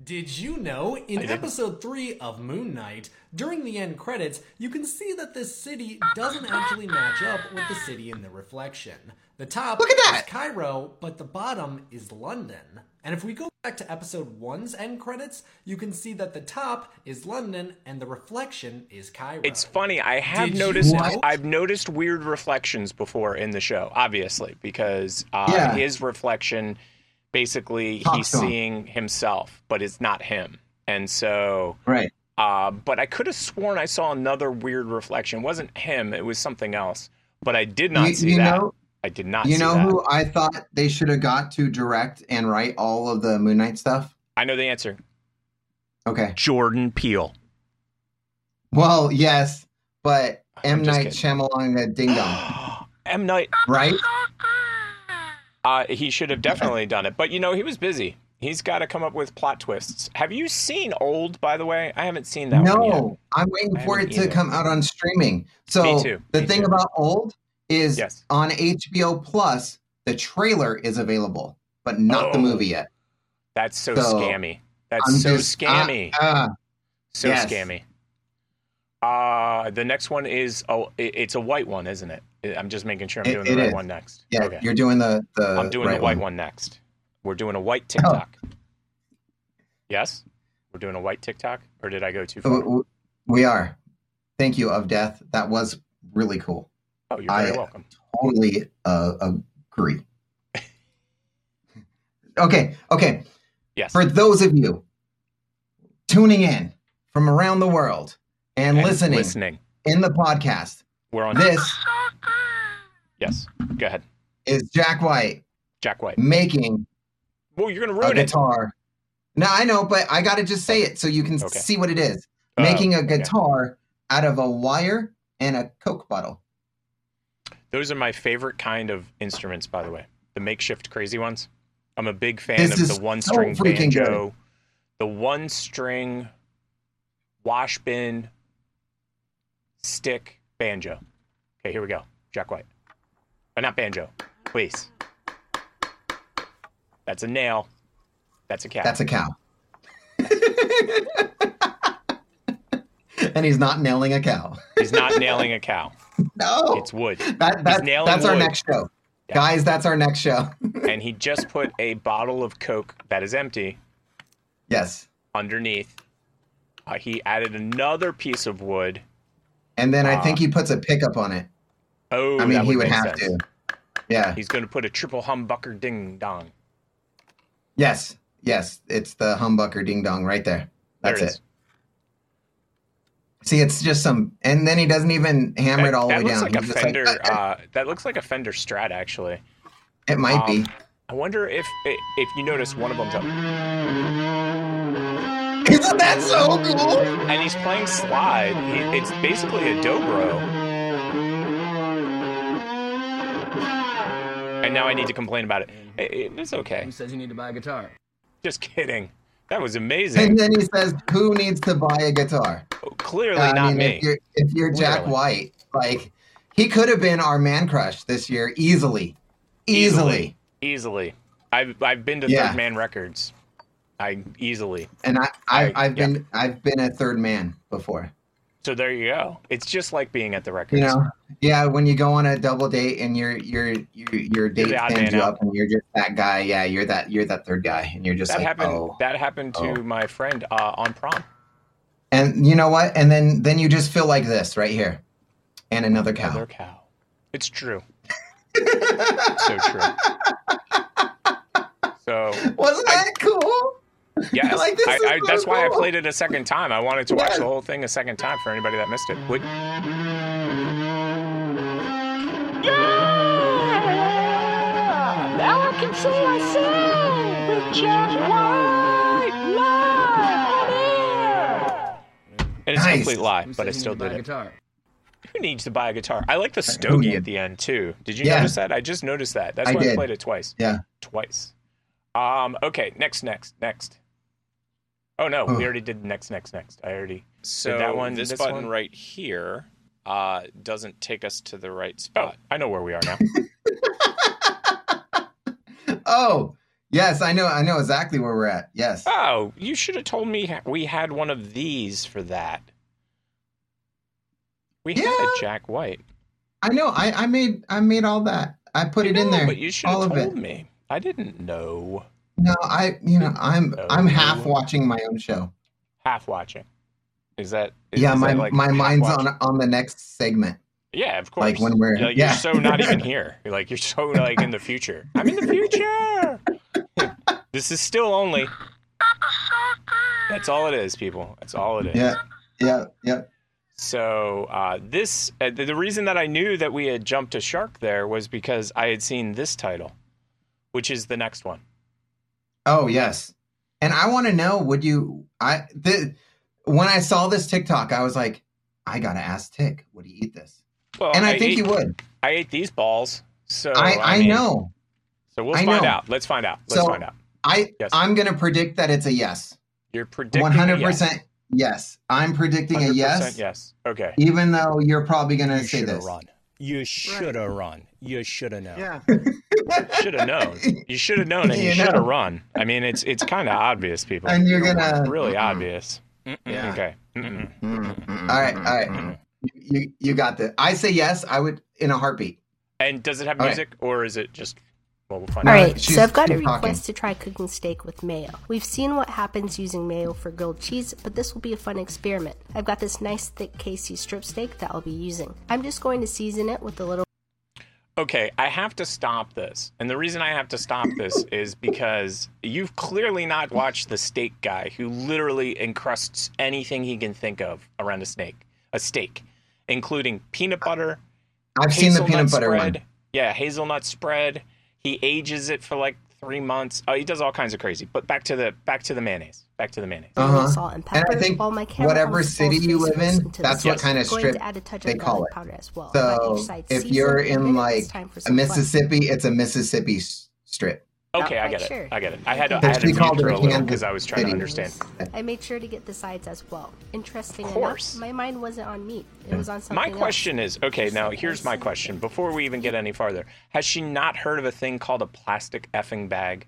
Speaker 10: Did you know in
Speaker 1: I didn't.
Speaker 10: episode 3 of Moon Knight, during the end credits, you can see that this city doesn't actually match up with the city in the reflection. The top Look at that! is Cairo, but the bottom is London. And if we go back to episode 1's end credits, you can see that the top is London and the reflection is Cairo.
Speaker 1: It's funny. I have
Speaker 10: Did you-
Speaker 1: noticed.
Speaker 10: What?
Speaker 1: I've noticed weird reflections before in the show, obviously, because uh,
Speaker 10: Yeah.
Speaker 1: his reflection, basically,
Speaker 10: Talks
Speaker 1: he's
Speaker 10: to him.
Speaker 1: seeing himself, but it's not him, and so
Speaker 2: right.
Speaker 1: Uh, but I could have sworn I saw another weird reflection. It wasn't him. It was something else. But I did not
Speaker 2: You-
Speaker 1: see
Speaker 2: you
Speaker 1: that.
Speaker 2: know-
Speaker 1: I did not.
Speaker 2: you
Speaker 1: see
Speaker 2: know
Speaker 1: that.
Speaker 2: who I thought they should have got to direct and write all of the Moon Knight stuff?
Speaker 1: I know the answer.
Speaker 2: Okay.
Speaker 1: Jordan Peele.
Speaker 2: Well, yes, but M.
Speaker 1: just
Speaker 2: Night Shyamalan Ding Dong.
Speaker 1: M. Night.
Speaker 2: Right?
Speaker 1: Uh, he should have definitely done it. But you know, he was busy. He's got to come up with plot twists. Have you seen Old? By the way, I haven't seen that one yet.
Speaker 2: No, I'm waiting
Speaker 1: I
Speaker 2: for it
Speaker 1: haven't
Speaker 2: to
Speaker 1: either.
Speaker 2: come out on streaming. So
Speaker 1: Me too,
Speaker 2: the
Speaker 1: me
Speaker 2: thing
Speaker 1: too.
Speaker 2: about old is
Speaker 1: Yes.
Speaker 2: on HBO Plus, the trailer is available, but not the
Speaker 1: Oh,
Speaker 2: movie yet.
Speaker 1: That's so,
Speaker 2: So,
Speaker 1: scammy. That's
Speaker 2: I'm
Speaker 1: so
Speaker 2: just- ah,
Speaker 1: scammy.
Speaker 2: ah,
Speaker 1: so
Speaker 2: yes.
Speaker 1: scammy. Uh, the next one is oh, it- it's a white one, isn't it? I- I'm just making sure I'm
Speaker 2: It-
Speaker 1: doing
Speaker 2: it
Speaker 1: the right
Speaker 2: is.
Speaker 1: one next.
Speaker 2: Yeah,
Speaker 1: Okay.
Speaker 2: you're doing the the
Speaker 1: I'm doing
Speaker 2: right Oh.
Speaker 1: the white one. next. We're doing a white TikTok. Yes, we're doing a white TikTok, or did I go too far?
Speaker 2: W- w- We are. Thank you, of death. That was really cool.
Speaker 1: Oh, you're very
Speaker 2: I
Speaker 1: welcome.
Speaker 2: Totally uh, agree. okay, okay.
Speaker 1: Yes.
Speaker 2: For those of you tuning in from around the world and,
Speaker 1: And
Speaker 2: listening,
Speaker 1: listening.
Speaker 2: in the podcast,
Speaker 1: We're on
Speaker 2: this
Speaker 1: Yes, go ahead,
Speaker 2: is Jack White
Speaker 1: Jack White.
Speaker 2: making
Speaker 1: Well, you're gonna
Speaker 2: a
Speaker 1: ruin it.
Speaker 2: guitar. No, I know, but I got to just say it so you can
Speaker 1: Okay.
Speaker 2: see what it is.
Speaker 1: Oh,
Speaker 2: Making a
Speaker 1: okay.
Speaker 2: guitar out of a wire and a Coke bottle.
Speaker 1: Those are my favorite kind of instruments, by the way. The makeshift crazy ones. I'm a big fan
Speaker 2: This
Speaker 1: of
Speaker 2: is
Speaker 1: the one
Speaker 2: so
Speaker 1: string
Speaker 2: freaking
Speaker 1: banjo, the one string wash bin stick banjo. Okay, here we go. Jack White. Uh, not banjo. Please. That's a nail. That's a cat.
Speaker 2: That's a cow. and he's not nailing a cow.
Speaker 1: He's not nailing a cow.
Speaker 2: No.
Speaker 1: It's wood.
Speaker 2: That,
Speaker 1: He's
Speaker 2: that,
Speaker 1: nailing
Speaker 2: that's our
Speaker 1: wood.
Speaker 2: next show. Guys, that's our next show.
Speaker 1: and he just put a bottle of Coke that is empty
Speaker 2: yes.
Speaker 1: underneath. Uh, he added another piece of wood.
Speaker 2: And then I
Speaker 1: Ah.
Speaker 2: think he puts a pickup on it.
Speaker 1: Oh,
Speaker 2: I mean,
Speaker 1: that
Speaker 2: he would
Speaker 1: make
Speaker 2: have
Speaker 1: sense.
Speaker 2: to. Yeah.
Speaker 1: He's going to put a triple humbucker ding dong.
Speaker 2: Yes. Yes. It's the humbucker ding dong right there.
Speaker 1: There
Speaker 2: That's
Speaker 1: it
Speaker 2: it,
Speaker 1: is.
Speaker 2: See, it's just some. And then he doesn't even hammer it all the
Speaker 1: that
Speaker 2: way
Speaker 1: looks
Speaker 2: down.
Speaker 1: like a
Speaker 2: He's just
Speaker 1: Fender.
Speaker 2: "Uh, uh,
Speaker 1: uh, that looks like a Fender Strat, actually.
Speaker 2: it might be.
Speaker 1: I wonder if if you notice one of them's up. um,
Speaker 2: Isn't that so cool?
Speaker 1: And he's playing slide. He, it's basically a dobro. And now I need to complain about it. It- it- It's okay. Who says you need to buy a guitar? Just kidding. That was amazing.
Speaker 2: And then he says, "Who needs to buy a guitar?"
Speaker 1: Clearly
Speaker 2: Uh, I
Speaker 1: not
Speaker 2: mean,
Speaker 1: me.
Speaker 2: If you're, if you're Jack
Speaker 1: Clearly.
Speaker 2: White, like he could have been our man crush this year easily, easily.
Speaker 1: Easily. I've I've been to
Speaker 2: Yeah.
Speaker 1: Third Man Records. I easily.
Speaker 2: And I, I,
Speaker 1: I-
Speaker 2: I've been, I've been a third man before.
Speaker 1: So there you go. It's just like being at the records.
Speaker 2: You know, yeah. When you go on a double date and your your your your date
Speaker 1: the odd
Speaker 2: stands
Speaker 1: man
Speaker 2: you
Speaker 1: out.
Speaker 2: up, and you're just that guy. Yeah, you're that you're that third guy, and you're just
Speaker 1: that
Speaker 2: like,
Speaker 1: happened
Speaker 2: oh.
Speaker 1: that happened to
Speaker 2: oh.
Speaker 1: my friend uh, on prom.
Speaker 2: And you know what? And then then you just feel like this right here, and another cow.
Speaker 1: Another cow. It's true. so true. So
Speaker 2: Wasn't that cool?
Speaker 1: yes,
Speaker 2: Like, this
Speaker 1: I,
Speaker 2: is
Speaker 1: I,
Speaker 2: so
Speaker 1: that's why I
Speaker 2: cool.
Speaker 1: played it a second time. I wanted to watch
Speaker 2: Yes.
Speaker 1: the whole thing a second time for anybody that missed it. Would-
Speaker 6: Yeah! Now I can say I sang with Jack White live on air.
Speaker 1: And it's a
Speaker 6: Nice.
Speaker 1: complete lie,
Speaker 6: Who
Speaker 1: but I
Speaker 6: says you
Speaker 1: still
Speaker 6: need to
Speaker 1: did
Speaker 6: buy a
Speaker 1: it. Who needs to buy a guitar? I like the
Speaker 2: Who
Speaker 1: stogie
Speaker 2: need-
Speaker 1: at the end too. Did you
Speaker 2: Yeah.
Speaker 1: notice that? I just noticed that. That's
Speaker 2: I
Speaker 1: why I
Speaker 2: did.
Speaker 1: played it twice.
Speaker 2: Yeah.
Speaker 1: Twice. Um. Okay. Next. Next. Next. Oh no, we already did next. Next. Next. I already
Speaker 11: So
Speaker 1: did that one.
Speaker 11: this, button
Speaker 1: one?
Speaker 11: right here uh, doesn't take us to
Speaker 1: Oh,
Speaker 11: the right spot.
Speaker 1: I know where we are now.
Speaker 2: Oh, Yes, I know. I know exactly where we're at. Yes.
Speaker 1: Oh, you should have told me ha- we had one of these for that. We had a Jack White.
Speaker 2: I know. I, I made I made all that. I put it in
Speaker 1: No,
Speaker 2: there.
Speaker 1: but you should
Speaker 2: all
Speaker 1: have
Speaker 2: of
Speaker 1: told
Speaker 2: it.
Speaker 1: me. I didn't know.
Speaker 2: No, I. You know, I'm I'm half watching my own show.
Speaker 1: Half watching. Is that? Is,
Speaker 2: yeah,
Speaker 1: is
Speaker 2: my
Speaker 1: that like
Speaker 2: my
Speaker 1: half
Speaker 2: mind's
Speaker 1: watching?
Speaker 2: on on the next segment.
Speaker 1: Yeah, of course.
Speaker 2: like, when we're-
Speaker 1: You're like,
Speaker 2: yeah.
Speaker 1: you're so not even here. You're like you're so like in the future. I'm in the future. this is still only. That's all it is, people. That's all it is.
Speaker 2: Yeah, yeah, yeah.
Speaker 1: So uh, this uh, the, the reason that I knew that we had jumped a shark there was because I had seen this title, which is the next one.
Speaker 2: Oh yes, and I want to know: Would you? I the when I saw this TikTok, I was like, I gotta ask Tick, would he eat this?
Speaker 1: Well,
Speaker 2: and I, think
Speaker 1: Oh, ate-
Speaker 2: he would.
Speaker 1: I ate these balls. So
Speaker 2: I
Speaker 1: I,
Speaker 2: I
Speaker 1: mean,
Speaker 2: know.
Speaker 1: So we'll
Speaker 2: I
Speaker 1: find
Speaker 2: know.
Speaker 1: out. Let's find out. Let's
Speaker 2: So-
Speaker 1: find out.
Speaker 2: I
Speaker 1: Yes.
Speaker 2: I'm gonna predict that it's a yes.
Speaker 1: You're predicting a
Speaker 2: One
Speaker 1: yes.
Speaker 2: hundred percent yes. I'm predicting a
Speaker 11: 100%
Speaker 2: yes.
Speaker 1: yes. Okay.
Speaker 2: Even though you're probably gonna say
Speaker 11: shoulda
Speaker 2: this.
Speaker 11: run. You shoulda run. You shoulda known.
Speaker 12: Yeah.
Speaker 1: should have known. You should have known, and you,
Speaker 2: You
Speaker 1: should
Speaker 2: know.
Speaker 1: have run. I mean, it's it's kind of obvious, people.
Speaker 2: And you're gonna-
Speaker 1: really
Speaker 2: Mm-mm.
Speaker 1: obvious.
Speaker 2: Yeah.
Speaker 1: Okay. Mm-mm.
Speaker 2: All right,
Speaker 1: Mm-hmm,
Speaker 2: all right. You you- you got this. I say yes. I would in a heartbeat.
Speaker 1: And does it have
Speaker 2: All right.
Speaker 1: music, or is it just? Well, we'll
Speaker 13: All
Speaker 1: find out.
Speaker 13: right, so I've got a request to try cooking steak with mayo. We've seen what happens using mayo for grilled cheese, but this will be a fun experiment. I've got this nice thick Casey strip steak that I'll be using. I'm just going to season it with a little
Speaker 1: Okay, I have to stop this, and the reason I have to stop this is because you've clearly not watched the steak guy who literally encrusts anything he can think of around a snake, a steak, including peanut butter.
Speaker 2: I've seen the
Speaker 1: hazelnut
Speaker 2: peanut butter
Speaker 1: spread.
Speaker 2: one.
Speaker 1: Yeah, hazelnut spread. He ages it for like three months. Oh, he does all kinds of crazy. But back to the back to the mayonnaise. Back to the mayonnaise.
Speaker 13: Oh, salt and pepper.
Speaker 2: Uh-huh. I think
Speaker 13: while my camera
Speaker 2: whatever
Speaker 13: almost
Speaker 2: city
Speaker 13: falls
Speaker 2: you
Speaker 13: face
Speaker 2: live
Speaker 13: first
Speaker 2: in,
Speaker 13: into the
Speaker 2: that's what
Speaker 13: steak.
Speaker 2: kind of
Speaker 13: Going
Speaker 2: strip
Speaker 13: to add a touch of
Speaker 2: they call
Speaker 13: garlic
Speaker 2: it.
Speaker 13: powder as well. Let each
Speaker 2: So
Speaker 13: side
Speaker 2: if
Speaker 13: season,
Speaker 2: you're
Speaker 13: and
Speaker 2: in
Speaker 13: then
Speaker 2: like
Speaker 13: it's time for some fun.
Speaker 2: Mississippi, it's a Mississippi s- strip.
Speaker 1: Okay,
Speaker 13: Not
Speaker 1: I
Speaker 13: quite
Speaker 1: get it.
Speaker 13: sure.
Speaker 1: I get it. I had to,
Speaker 2: They
Speaker 1: I had to
Speaker 2: actually
Speaker 1: mute
Speaker 2: called it
Speaker 1: for
Speaker 2: a
Speaker 1: a little
Speaker 2: Kansas
Speaker 1: because I was trying to
Speaker 2: City.
Speaker 1: understand.
Speaker 13: I made sure to get the sides as well. Interesting
Speaker 1: Of
Speaker 13: enough,
Speaker 1: course.
Speaker 13: my mind wasn't on meat. It was on something
Speaker 1: My
Speaker 13: else.
Speaker 1: question is okay, now here's my question before we even get any farther. Has she not heard of a thing called a plastic effing bag?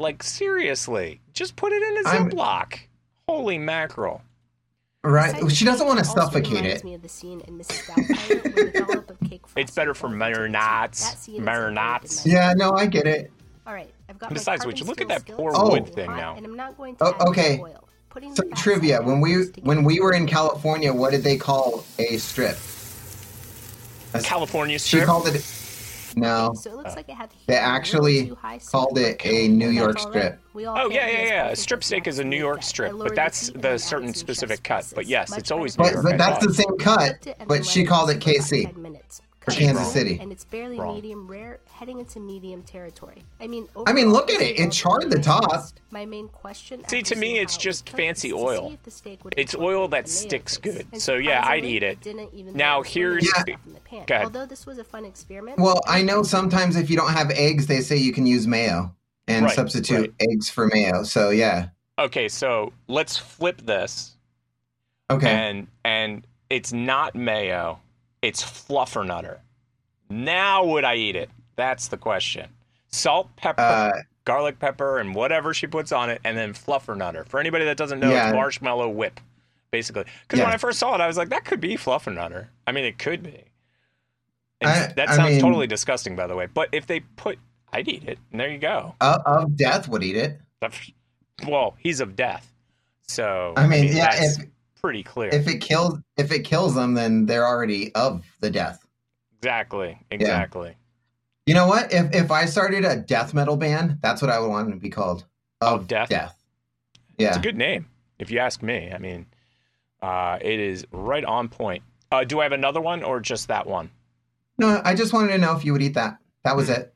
Speaker 1: Like, seriously, just put it in a
Speaker 2: I'm-
Speaker 1: Ziploc. Holy mackerel.
Speaker 2: Right? She doesn't want to
Speaker 13: Also
Speaker 2: suffocate
Speaker 13: reminds
Speaker 2: it.
Speaker 13: me of the scene in Mrs. Doubtfire when the dollop of cake.
Speaker 1: It's better for marinades. Marinades.
Speaker 2: Yeah, no, I get it.
Speaker 13: All right, I've got
Speaker 1: Besides
Speaker 13: my
Speaker 1: which,
Speaker 13: carbon
Speaker 1: look at
Speaker 13: steel
Speaker 1: that
Speaker 13: skillet
Speaker 1: poor
Speaker 2: Oh.
Speaker 1: wood thing now.
Speaker 13: and I'm not going to
Speaker 2: Oh,
Speaker 13: add
Speaker 2: okay.
Speaker 13: more oil. Putting
Speaker 2: Some trivia. When we when we were in California, what did they call a strip? A
Speaker 1: California
Speaker 2: She
Speaker 1: strip?
Speaker 2: called it. No.
Speaker 13: So it looks like it had the heat
Speaker 2: They
Speaker 13: on, it was
Speaker 2: actually
Speaker 13: too high, so
Speaker 2: called
Speaker 13: it
Speaker 2: it a New York
Speaker 13: That's all right.
Speaker 2: strip.
Speaker 13: We all
Speaker 1: Oh,
Speaker 13: can't
Speaker 1: yeah,
Speaker 13: be
Speaker 1: yeah,
Speaker 13: as
Speaker 1: yeah. A
Speaker 13: perfect
Speaker 1: strip
Speaker 13: as
Speaker 1: steak is a New York strip, but that's the certain specific cut. But yes, it's always New
Speaker 2: But,
Speaker 1: York. I
Speaker 2: but that's
Speaker 1: thought.
Speaker 2: the same cut, but she called it KC for Kansas City.
Speaker 13: And it's barely
Speaker 2: Wrong.
Speaker 13: medium rare, heading into medium territory. I mean,
Speaker 2: I mean, look
Speaker 13: overall,
Speaker 2: at it.
Speaker 13: this
Speaker 2: It
Speaker 13: is
Speaker 2: charred the top.
Speaker 13: My main question.
Speaker 1: See, to me, it's just fancy oil. It's oil that sticks good. So yeah, I'd eat it. Now here's.
Speaker 13: Pan.
Speaker 1: Go ahead.
Speaker 13: Although this was a fun experiment.
Speaker 2: Well, I know sometimes if you don't have eggs, they say you can use mayo and
Speaker 1: Right,
Speaker 2: substitute eggs for mayo. So yeah.
Speaker 1: Okay, so let's flip this.
Speaker 2: Okay.
Speaker 1: And and it's not mayo, it's fluffernutter. Now would I eat it? That's the question. Salt, pepper,
Speaker 2: Uh,
Speaker 1: garlic pepper, and whatever she puts on it, and then fluffernutter. For anybody that doesn't know,
Speaker 11: Yeah.
Speaker 1: it's marshmallow whip, basically. Because when
Speaker 11: Yeah.
Speaker 1: I first saw it, I was like, that could be fluffernutter. I mean, it could be. And
Speaker 2: I-
Speaker 1: that
Speaker 2: I
Speaker 1: sounds
Speaker 2: mean-
Speaker 1: totally disgusting, by the way. But if they put, I'd eat it. And there you go.
Speaker 2: Of, of death would eat it.
Speaker 1: Well, he's of death. So
Speaker 2: I mean, yeah,
Speaker 1: that's
Speaker 2: if-
Speaker 1: pretty clear.
Speaker 2: If it kills, if it kills them, then they're already of the death.
Speaker 1: exactly, exactly.
Speaker 2: You know what? If if I started a death metal band, that's what I would want to be called. Of
Speaker 1: death.
Speaker 2: Death.
Speaker 1: It's
Speaker 2: Yeah.
Speaker 1: a good name, if you ask me. I mean, uh, it is right on point. Uh, do I have another one or just that one?
Speaker 2: No, I just wanted to know if you would eat that. That
Speaker 1: Hmm.
Speaker 2: was it.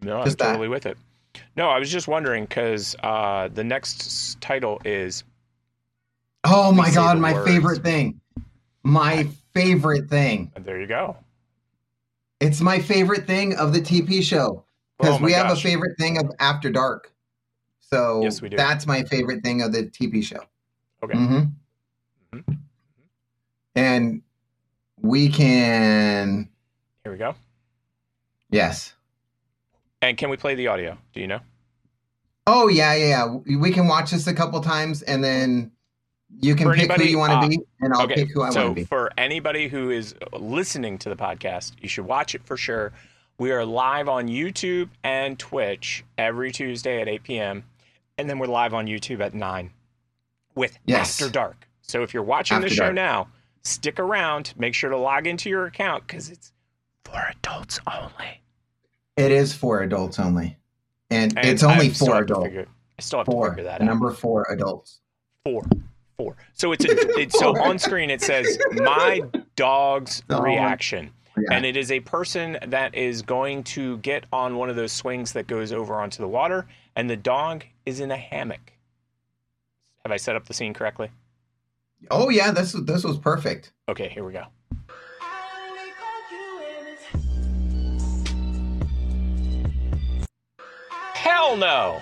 Speaker 1: No,
Speaker 2: Just
Speaker 1: I'm
Speaker 2: that.
Speaker 1: totally with it. No, I was just wondering because uh, the next s- title is
Speaker 2: Oh
Speaker 1: We
Speaker 2: my
Speaker 1: say
Speaker 2: god,
Speaker 1: the
Speaker 2: my
Speaker 1: words.
Speaker 2: favorite thing. My favorite thing.
Speaker 1: There you go.
Speaker 2: It's my favorite thing of the TP show because
Speaker 1: Oh my
Speaker 2: we have a
Speaker 1: gosh.
Speaker 2: favorite thing of After Dark. So
Speaker 1: Yes, we do.
Speaker 2: that's my favorite thing of the TP show.
Speaker 1: Okay. Mm-hmm.
Speaker 2: Mhm. And we can
Speaker 1: Here we go.
Speaker 2: yes.
Speaker 1: And can we play the audio? Do you know?
Speaker 2: Oh yeah, yeah, yeah. We- We can watch this a couple times, and then you can
Speaker 1: For
Speaker 2: pick who
Speaker 1: anybody-
Speaker 2: you want to
Speaker 1: uh,
Speaker 2: be, and I'll
Speaker 1: okay,
Speaker 2: pick who I
Speaker 1: so
Speaker 2: want to be.
Speaker 1: for anybody who is listening to the podcast, you should watch it for sure. We are live on YouTube and Twitch every Tuesday at 8 p.m. And then we're live on YouTube at 9 with
Speaker 2: Yes.
Speaker 1: After Dark. So if you're watching the
Speaker 2: After
Speaker 1: show
Speaker 2: Dark.
Speaker 1: now, stick around. Make sure to log into your account because it's for adults only.
Speaker 2: It is for adults only, and,
Speaker 1: And
Speaker 2: it's
Speaker 1: I
Speaker 2: only
Speaker 1: still
Speaker 2: for
Speaker 1: have to
Speaker 2: adults.
Speaker 1: figure- I still have to
Speaker 2: Four,
Speaker 1: figure that out.
Speaker 2: number four adults.
Speaker 1: Four. Four. So it's, a, it's so on screen it says my dog's
Speaker 2: Dog.
Speaker 1: reaction.
Speaker 2: Yeah.
Speaker 1: And it is a person that is going to get on one of those swings that goes over onto the water, and the dog is in a hammock. Have I set up the scene correctly?
Speaker 2: Oh yeah, this this was perfect.
Speaker 1: Okay, here we go. Hell no!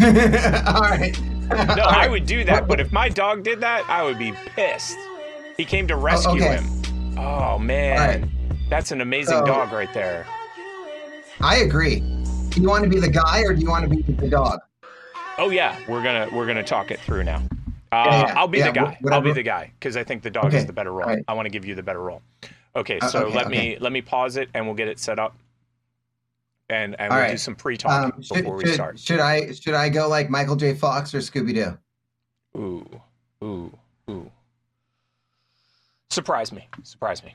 Speaker 2: All right.
Speaker 1: No, I would do that, but if my dog did that, I would be pissed. He came to rescue
Speaker 2: Oh, okay.
Speaker 1: him. Oh man, that's an amazing
Speaker 2: So-
Speaker 1: dog right there.
Speaker 2: I agree. Do you want to be the guy or do you want to be the dog?
Speaker 1: Oh yeah, we're gonna we're gonna talk it through now. Uh,
Speaker 2: Yeah, yeah,
Speaker 1: I'll be
Speaker 2: yeah,
Speaker 1: the guy.
Speaker 2: wh-
Speaker 1: I'll be
Speaker 2: whatever.
Speaker 1: the guy because I think the dog
Speaker 2: Okay,
Speaker 1: is the better role.
Speaker 2: alright.
Speaker 1: I want to give you the better role. Okay,
Speaker 2: Uh,
Speaker 1: so
Speaker 2: okay,
Speaker 1: let me
Speaker 2: okay.
Speaker 1: let me pause it and we'll get it set up, and and
Speaker 2: All
Speaker 1: we'll do
Speaker 2: right.
Speaker 1: some pre-talking
Speaker 2: Um, should,
Speaker 1: before we
Speaker 2: should-
Speaker 1: start.
Speaker 2: should I should I go like Michael J. Fox or Scooby Doo?
Speaker 1: Ooh, ooh, ooh! Surprise me! Surprise me!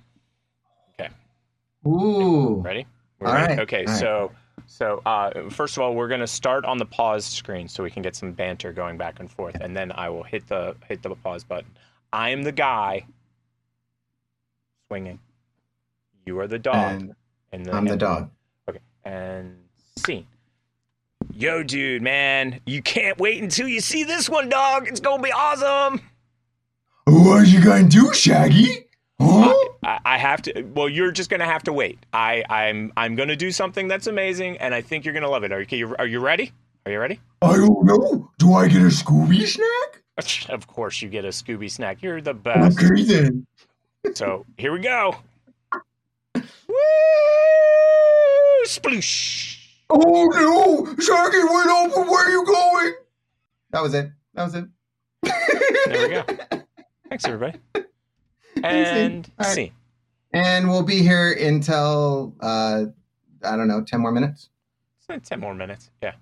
Speaker 2: Ooh.
Speaker 1: Ready?
Speaker 2: All
Speaker 1: ready?
Speaker 2: right,
Speaker 1: Okay,
Speaker 2: all right.
Speaker 1: so so uh, first of all, we're gonna start on the pause screen so we can get some banter going back and forth, and then I will hit the hit the pause button. I am the guy swinging. You are the dog.
Speaker 2: And
Speaker 1: and
Speaker 2: I'm the
Speaker 1: and-
Speaker 2: dog.
Speaker 1: Okay, and scene. Yo, dude, man, you can't wait until you see this one, dog. It's gonna be awesome.
Speaker 2: What are you gonna do, Shaggy?
Speaker 1: I, I have to. Well, you're just gonna have to wait. I, I'm I'm gonna do something that's amazing, and I think you're gonna love it. Are you Are you ready? Are you ready?
Speaker 2: I don't know. Do I get a Scooby snack?
Speaker 1: Of course, you get a Scooby snack. You're the best.
Speaker 2: then.
Speaker 1: So here we go. Woo! Sploosh!
Speaker 2: Oh no, Shaggy went open. Where are you going? That was it. That was it.
Speaker 1: There we go. Thanks, everybody.
Speaker 2: Thanks, Ian.
Speaker 1: And
Speaker 2: All right.
Speaker 1: scene.
Speaker 2: And we'll be here until uh, I don't know, ten more minutes.
Speaker 1: Ten more minutes. Yeah.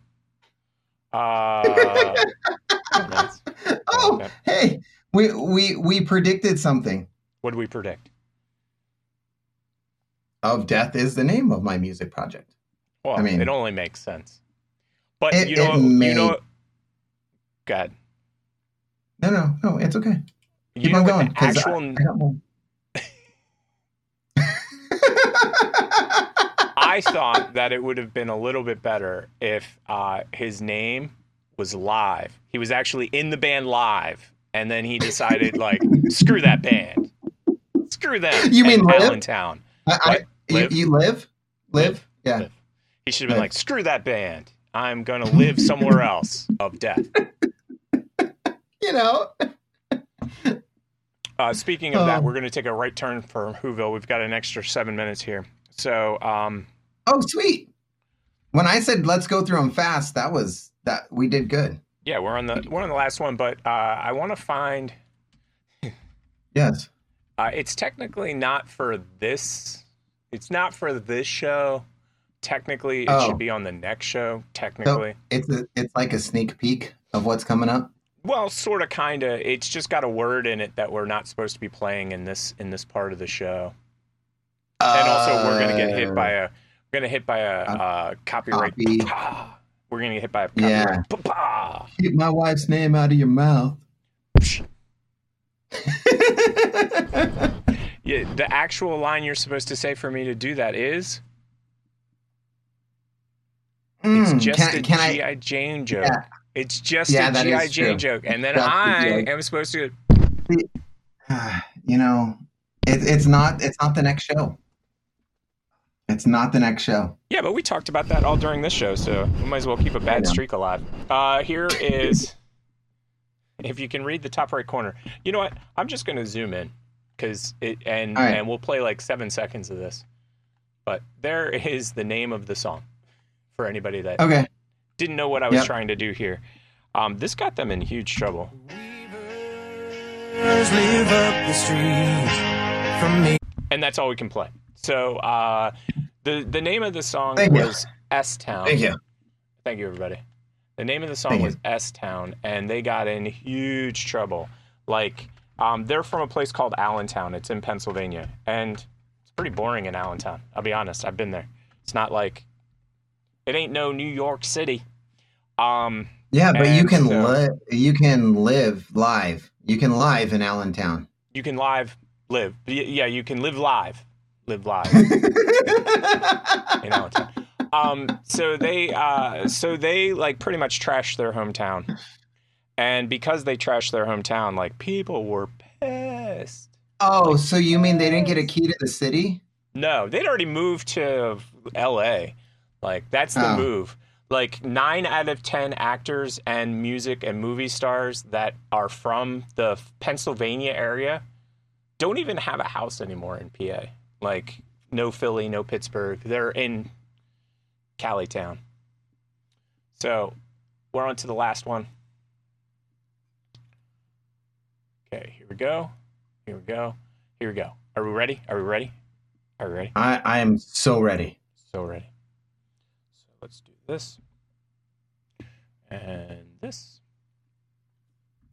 Speaker 1: Uh, ten minutes.
Speaker 2: Oh,
Speaker 1: Okay.
Speaker 2: hey, we we we predicted something.
Speaker 1: What do we predict?
Speaker 2: Of death is the name of my music project.
Speaker 1: Well,
Speaker 2: I mean-
Speaker 1: it only makes sense. But
Speaker 2: It-
Speaker 1: you know,
Speaker 2: it
Speaker 1: what- you
Speaker 2: may-
Speaker 1: know. what- Go ahead.
Speaker 2: No, no, no, it's okay.
Speaker 1: You
Speaker 2: Keep
Speaker 1: know
Speaker 2: on
Speaker 1: what
Speaker 2: going.
Speaker 1: the
Speaker 2: 'cause I-
Speaker 1: actual
Speaker 2: I got one.
Speaker 1: I thought that it would have been a little bit better if uh, his name was live. He was actually in the band live, and then he decided, like, screw that band, screw them.
Speaker 2: You mean
Speaker 1: and
Speaker 2: Live?
Speaker 1: Allentown?
Speaker 2: I- I- you,
Speaker 1: Live?
Speaker 2: you live, live, yeah.
Speaker 1: He should have been
Speaker 2: Live.
Speaker 1: like, screw that band. I'm gonna live somewhere else of death.
Speaker 2: You know,
Speaker 1: Uh, speaking of that,
Speaker 2: Um,
Speaker 1: we're going to take a right turn for Whoville. We've got an extra seven minutes here. So, um,
Speaker 2: oh sweet. When I said let's go through them fast, that was that we did good.
Speaker 1: yeah, we're on the we're on the last one, but uh, I want to find.
Speaker 2: Yes.
Speaker 1: Uh, it's technically not for this. It's not for this show. Technically, it
Speaker 2: Oh.
Speaker 1: should be on the next show. Technically,
Speaker 2: So it's a, it's like a sneak peek of what's coming up.
Speaker 1: well, sort of, kind of. It's just got a word in it that we're not supposed to be playing in this in this part of the show. and also we're gonna get hit
Speaker 2: Uh,
Speaker 1: by a we're gonna hit by a uh, copyright.
Speaker 2: Oh. copy.
Speaker 1: Pah! We're gonna get hit by a
Speaker 2: Yeah.
Speaker 1: copyright. Pah, pah!
Speaker 2: Keep my wife's name out of your mouth.
Speaker 1: Yeah, the actual line you're supposed to say for me to do that is
Speaker 2: Mm,
Speaker 1: it's just
Speaker 2: Hmm, can,
Speaker 1: a
Speaker 2: can
Speaker 1: GI
Speaker 2: I?
Speaker 1: Jane joke.
Speaker 2: Yeah.
Speaker 1: It's just
Speaker 2: Yeah,
Speaker 1: a
Speaker 2: that
Speaker 1: GI
Speaker 2: is true.
Speaker 1: Jane joke, and then
Speaker 2: Just a
Speaker 1: I
Speaker 2: joke.
Speaker 1: am supposed to.
Speaker 2: You know, it, it's not. It's not the next show. It's not the next show.
Speaker 1: Yeah, but we talked about that all during this show, so we might as well keep a bad
Speaker 2: know.
Speaker 1: streak alive. Uh, here is, if you can read the top right corner. You know what? I'm just going to zoom in because it and
Speaker 2: All right.
Speaker 1: and we'll play like seven seconds of
Speaker 2: Oh.
Speaker 1: this. But there is the name of the song for anybody that
Speaker 2: Okay.
Speaker 1: Didn't know what I was trying to do here. Um, this got them in huge trouble.
Speaker 12: Live up the street from me.
Speaker 1: and that's all we can play. So uh, the the name of the song
Speaker 12: Thank you.
Speaker 1: was S Town.
Speaker 12: Thank you.
Speaker 1: Thank you, everybody. The name of the song
Speaker 12: Thank you.
Speaker 1: was S Town, and they got in huge trouble. Like um, they're from a place called Allentown. It's in Pennsylvania, and it's pretty boring in Allentown. I'll be honest. I've been there. It's not like it ain't no New York City. Um,
Speaker 2: Yeah, but you
Speaker 1: and
Speaker 2: can
Speaker 1: so-
Speaker 2: live. You can live live. You can live in Allentown.
Speaker 1: you can live live Y- yeah you can live live live live you know it's- um so they uh so they like pretty much trashed their hometown and because they trashed their hometown like people were pissed
Speaker 2: Oh, so you mean they didn't get a key to the city?
Speaker 1: no they'd already moved to la like that's the
Speaker 2: Oh.
Speaker 1: move like nine out of ten actors and music and movie stars that are from the pennsylvania area don't even have a house anymore in PA. Like no Philly, no Pittsburgh. They're in Cali town. So we're on to the last one. Okay, here we go. Here we go. Here we go. Are we ready? Are we ready? Are we ready?
Speaker 2: I I am so ready.
Speaker 1: So ready. So let's do this. And this.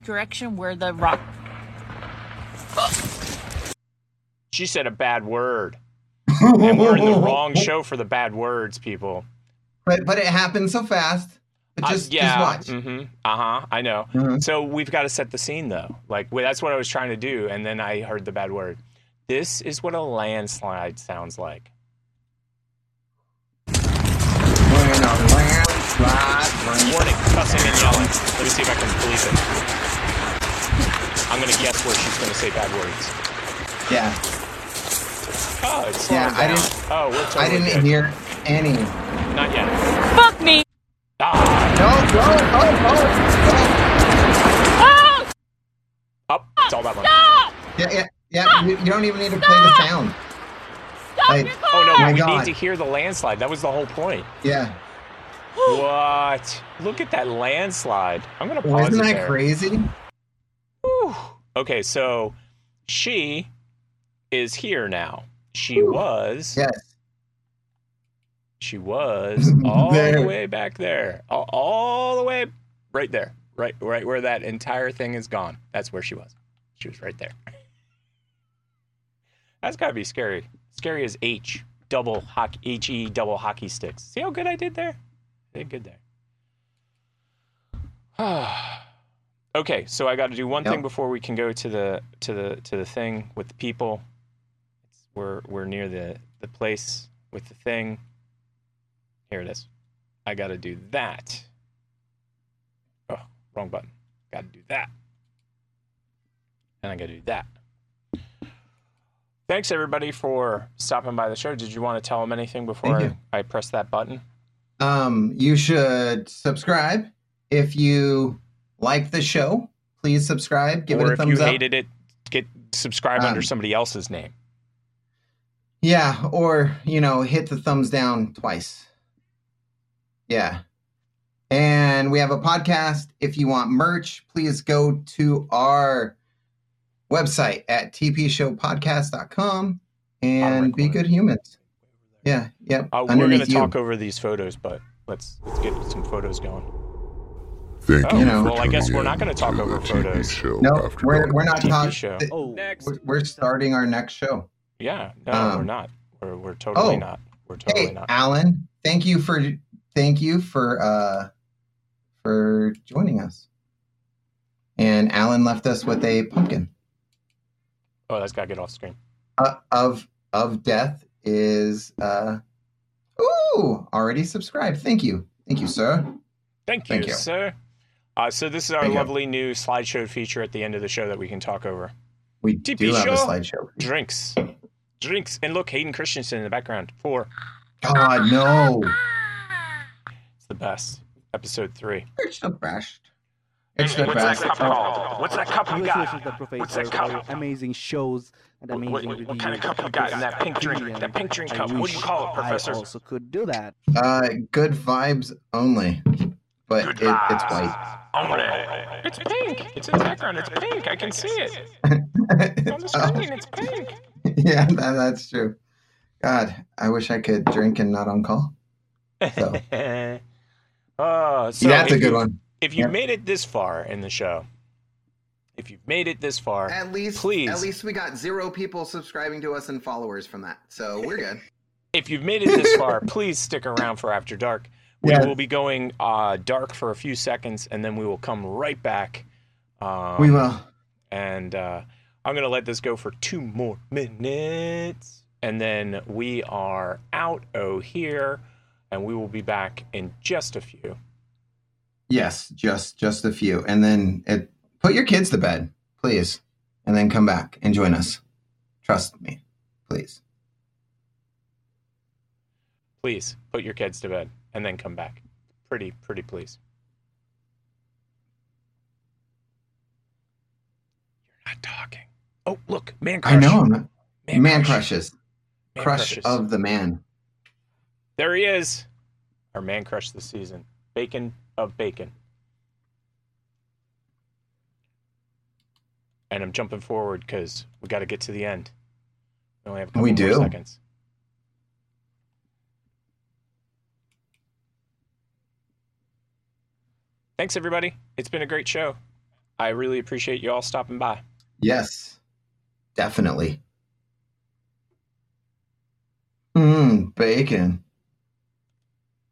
Speaker 14: Direction where the rock.
Speaker 1: She said a bad word. and we're in the wrong show for the bad words, people.
Speaker 2: But but it happened so fast. But
Speaker 1: Uh,
Speaker 2: just
Speaker 1: yeah,
Speaker 2: just watch.
Speaker 1: hmm Uh huh. I know.
Speaker 2: Mhm.
Speaker 1: So we've got to set the scene though. Like well, that's what I was trying to do, and then I heard the bad word. This is what a landslide sounds like. Warning, cussing and yelling. Let me see if I can believe it. I'm gonna guess where she's gonna say bad words.
Speaker 2: Yeah.
Speaker 1: Oh, it's
Speaker 2: Yeah,
Speaker 1: slowing
Speaker 2: I
Speaker 1: down.
Speaker 2: didn't.
Speaker 1: Oh, we're totally
Speaker 2: I didn't
Speaker 1: good.
Speaker 2: hear any.
Speaker 1: Not yet. Ah.
Speaker 14: Fuck me!
Speaker 2: Oh!
Speaker 1: Up. Oh, It's all about money.
Speaker 2: Yeah, yeah, yeah. You, you don't even need to play the sound. Like,
Speaker 1: Oh no,
Speaker 2: my
Speaker 1: we
Speaker 2: God.
Speaker 1: need to hear the landslide. That was the whole point.
Speaker 2: Yeah.
Speaker 1: what? Look at that landslide. I'm gonna pause.
Speaker 2: Isn't
Speaker 1: it
Speaker 2: that
Speaker 1: there.
Speaker 2: crazy?
Speaker 1: Okay, so she is here now. She was.
Speaker 2: Yes.
Speaker 1: She was all the
Speaker 12: There.
Speaker 1: way back there. All, all the way right there. Right right where that entire thing is gone. That's where she was. She was right there. That's gotta be scary. Scary as H. Double hockey H E double hockey sticks. See how good I did there? I did good there. Okay, so I got to do one thing before we can go to the to the to the thing with the people. It's, we're we're near the the place with the thing. Here it is. I got to do that. Oh, wrong button. Got to do that. And I got to do that. Thanks everybody for stopping by the show. Did you want to tell them anything before I, I press that button?
Speaker 2: Um, you should subscribe if you like the show. Please subscribe. Give
Speaker 1: or
Speaker 2: it a
Speaker 1: if
Speaker 2: thumbs
Speaker 1: you
Speaker 2: up. Um,
Speaker 1: hated it, get subscribe under somebody else's name.
Speaker 2: Yeah, or you know, hit the thumbs down twice. Yeah. And we have a podcast. If you want merch, please go to our website at tpshowpodcast.com and be good humans. Yeah, yep.
Speaker 1: Uh, we're going
Speaker 2: underneath
Speaker 1: to
Speaker 2: you.
Speaker 1: talk over these photos, but let's, let's get some photos going.
Speaker 15: Thank
Speaker 1: Oh,
Speaker 15: you.
Speaker 2: You know.
Speaker 15: for
Speaker 1: well, I guess
Speaker 15: tuning
Speaker 1: we're not
Speaker 15: in
Speaker 1: going to talk over
Speaker 15: the
Speaker 1: photos.
Speaker 15: TV show
Speaker 2: No,
Speaker 15: after
Speaker 2: we're,
Speaker 15: dark.
Speaker 2: we're not
Speaker 1: TV
Speaker 2: talking.
Speaker 1: show.
Speaker 2: Oh, we're, we're starting our next show.
Speaker 1: Yeah, no,
Speaker 2: Um,
Speaker 1: we're not. We're, we're totally
Speaker 2: oh.
Speaker 1: not. We're totally
Speaker 2: hey,
Speaker 1: not.
Speaker 2: Alan, thank you for thank you for uh for joining us. And Alan left us with a pumpkin.
Speaker 1: Oh, that's got to get off screen.
Speaker 2: Uh, of of death is uh ooh already subscribed. Thank you, thank you, sir.
Speaker 1: Thank you,
Speaker 2: Thank you.
Speaker 1: sir. Uh, so this is our
Speaker 2: Thank you.
Speaker 1: lovely new slideshow feature at the end of the show that we can talk over.
Speaker 2: We
Speaker 1: TP
Speaker 2: do have
Speaker 1: show?
Speaker 2: a slideshow.
Speaker 1: Drinks, drinks, and look, Hayden Christensen in the background for
Speaker 2: God no,
Speaker 1: it's the best episode three.
Speaker 2: it's the best. It's the
Speaker 16: What's that
Speaker 2: best.
Speaker 16: cup called? What's that cup you got?
Speaker 17: Congratulations, the professor,
Speaker 16: What's that
Speaker 17: for your
Speaker 16: cup?
Speaker 17: amazing shows and amazing
Speaker 16: What, what, what kind of
Speaker 17: reviews.
Speaker 16: cup you got in that pink drink?
Speaker 17: Brilliant.
Speaker 16: That pink drink
Speaker 17: I
Speaker 16: cup. What do
Speaker 17: wish
Speaker 16: you call it,
Speaker 17: I
Speaker 16: Professor?
Speaker 17: also could do that.
Speaker 2: Uh, good vibes Uh, only. but it, it's white.
Speaker 1: Hombre. It's pink. It's in the background. It's pink. I can see it. It's on the screen. It's pink.
Speaker 2: yeah, that, that's true. God, I wish I could drink and not on call. So
Speaker 1: oh, Uh, so
Speaker 2: that's a
Speaker 1: if
Speaker 2: good
Speaker 1: you-
Speaker 2: one.
Speaker 1: If you
Speaker 2: Yeah.
Speaker 1: made it this far in the show, if you've made it this far,
Speaker 2: at least,
Speaker 1: please,
Speaker 2: at least we got zero people subscribing to us and followers from that, so we're good.
Speaker 1: if you've made it this far, please stick around for After Dark. We
Speaker 2: Yeah.
Speaker 1: will be going uh, dark for a few seconds, and then we will come right back. Um,
Speaker 2: We will.
Speaker 1: And uh, I'm going to let this go for two more minutes, and then we are out o here, and we will be back in just a few.
Speaker 2: Yes, just just a few, and then it, put your kids to bed, please, and then come back and join us. Trust me, please.
Speaker 1: Please put your kids to bed and then come back. Pretty, pretty please. You're not talking. Oh, look, man crush.
Speaker 2: I know I'm not.
Speaker 1: Man
Speaker 2: Man,
Speaker 1: crush.
Speaker 2: crushes,
Speaker 1: Man
Speaker 2: crush
Speaker 1: crushes.
Speaker 2: of the man.
Speaker 1: There he is. Our man crush this season. Bacon of bacon. And I'm jumping forward because we got to get to the end. We only have a couple
Speaker 2: We
Speaker 1: more
Speaker 2: do.
Speaker 1: seconds. Thanks, everybody. It's been a great show. I really appreciate you all stopping by.
Speaker 2: Yes, definitely. Mmm, bacon.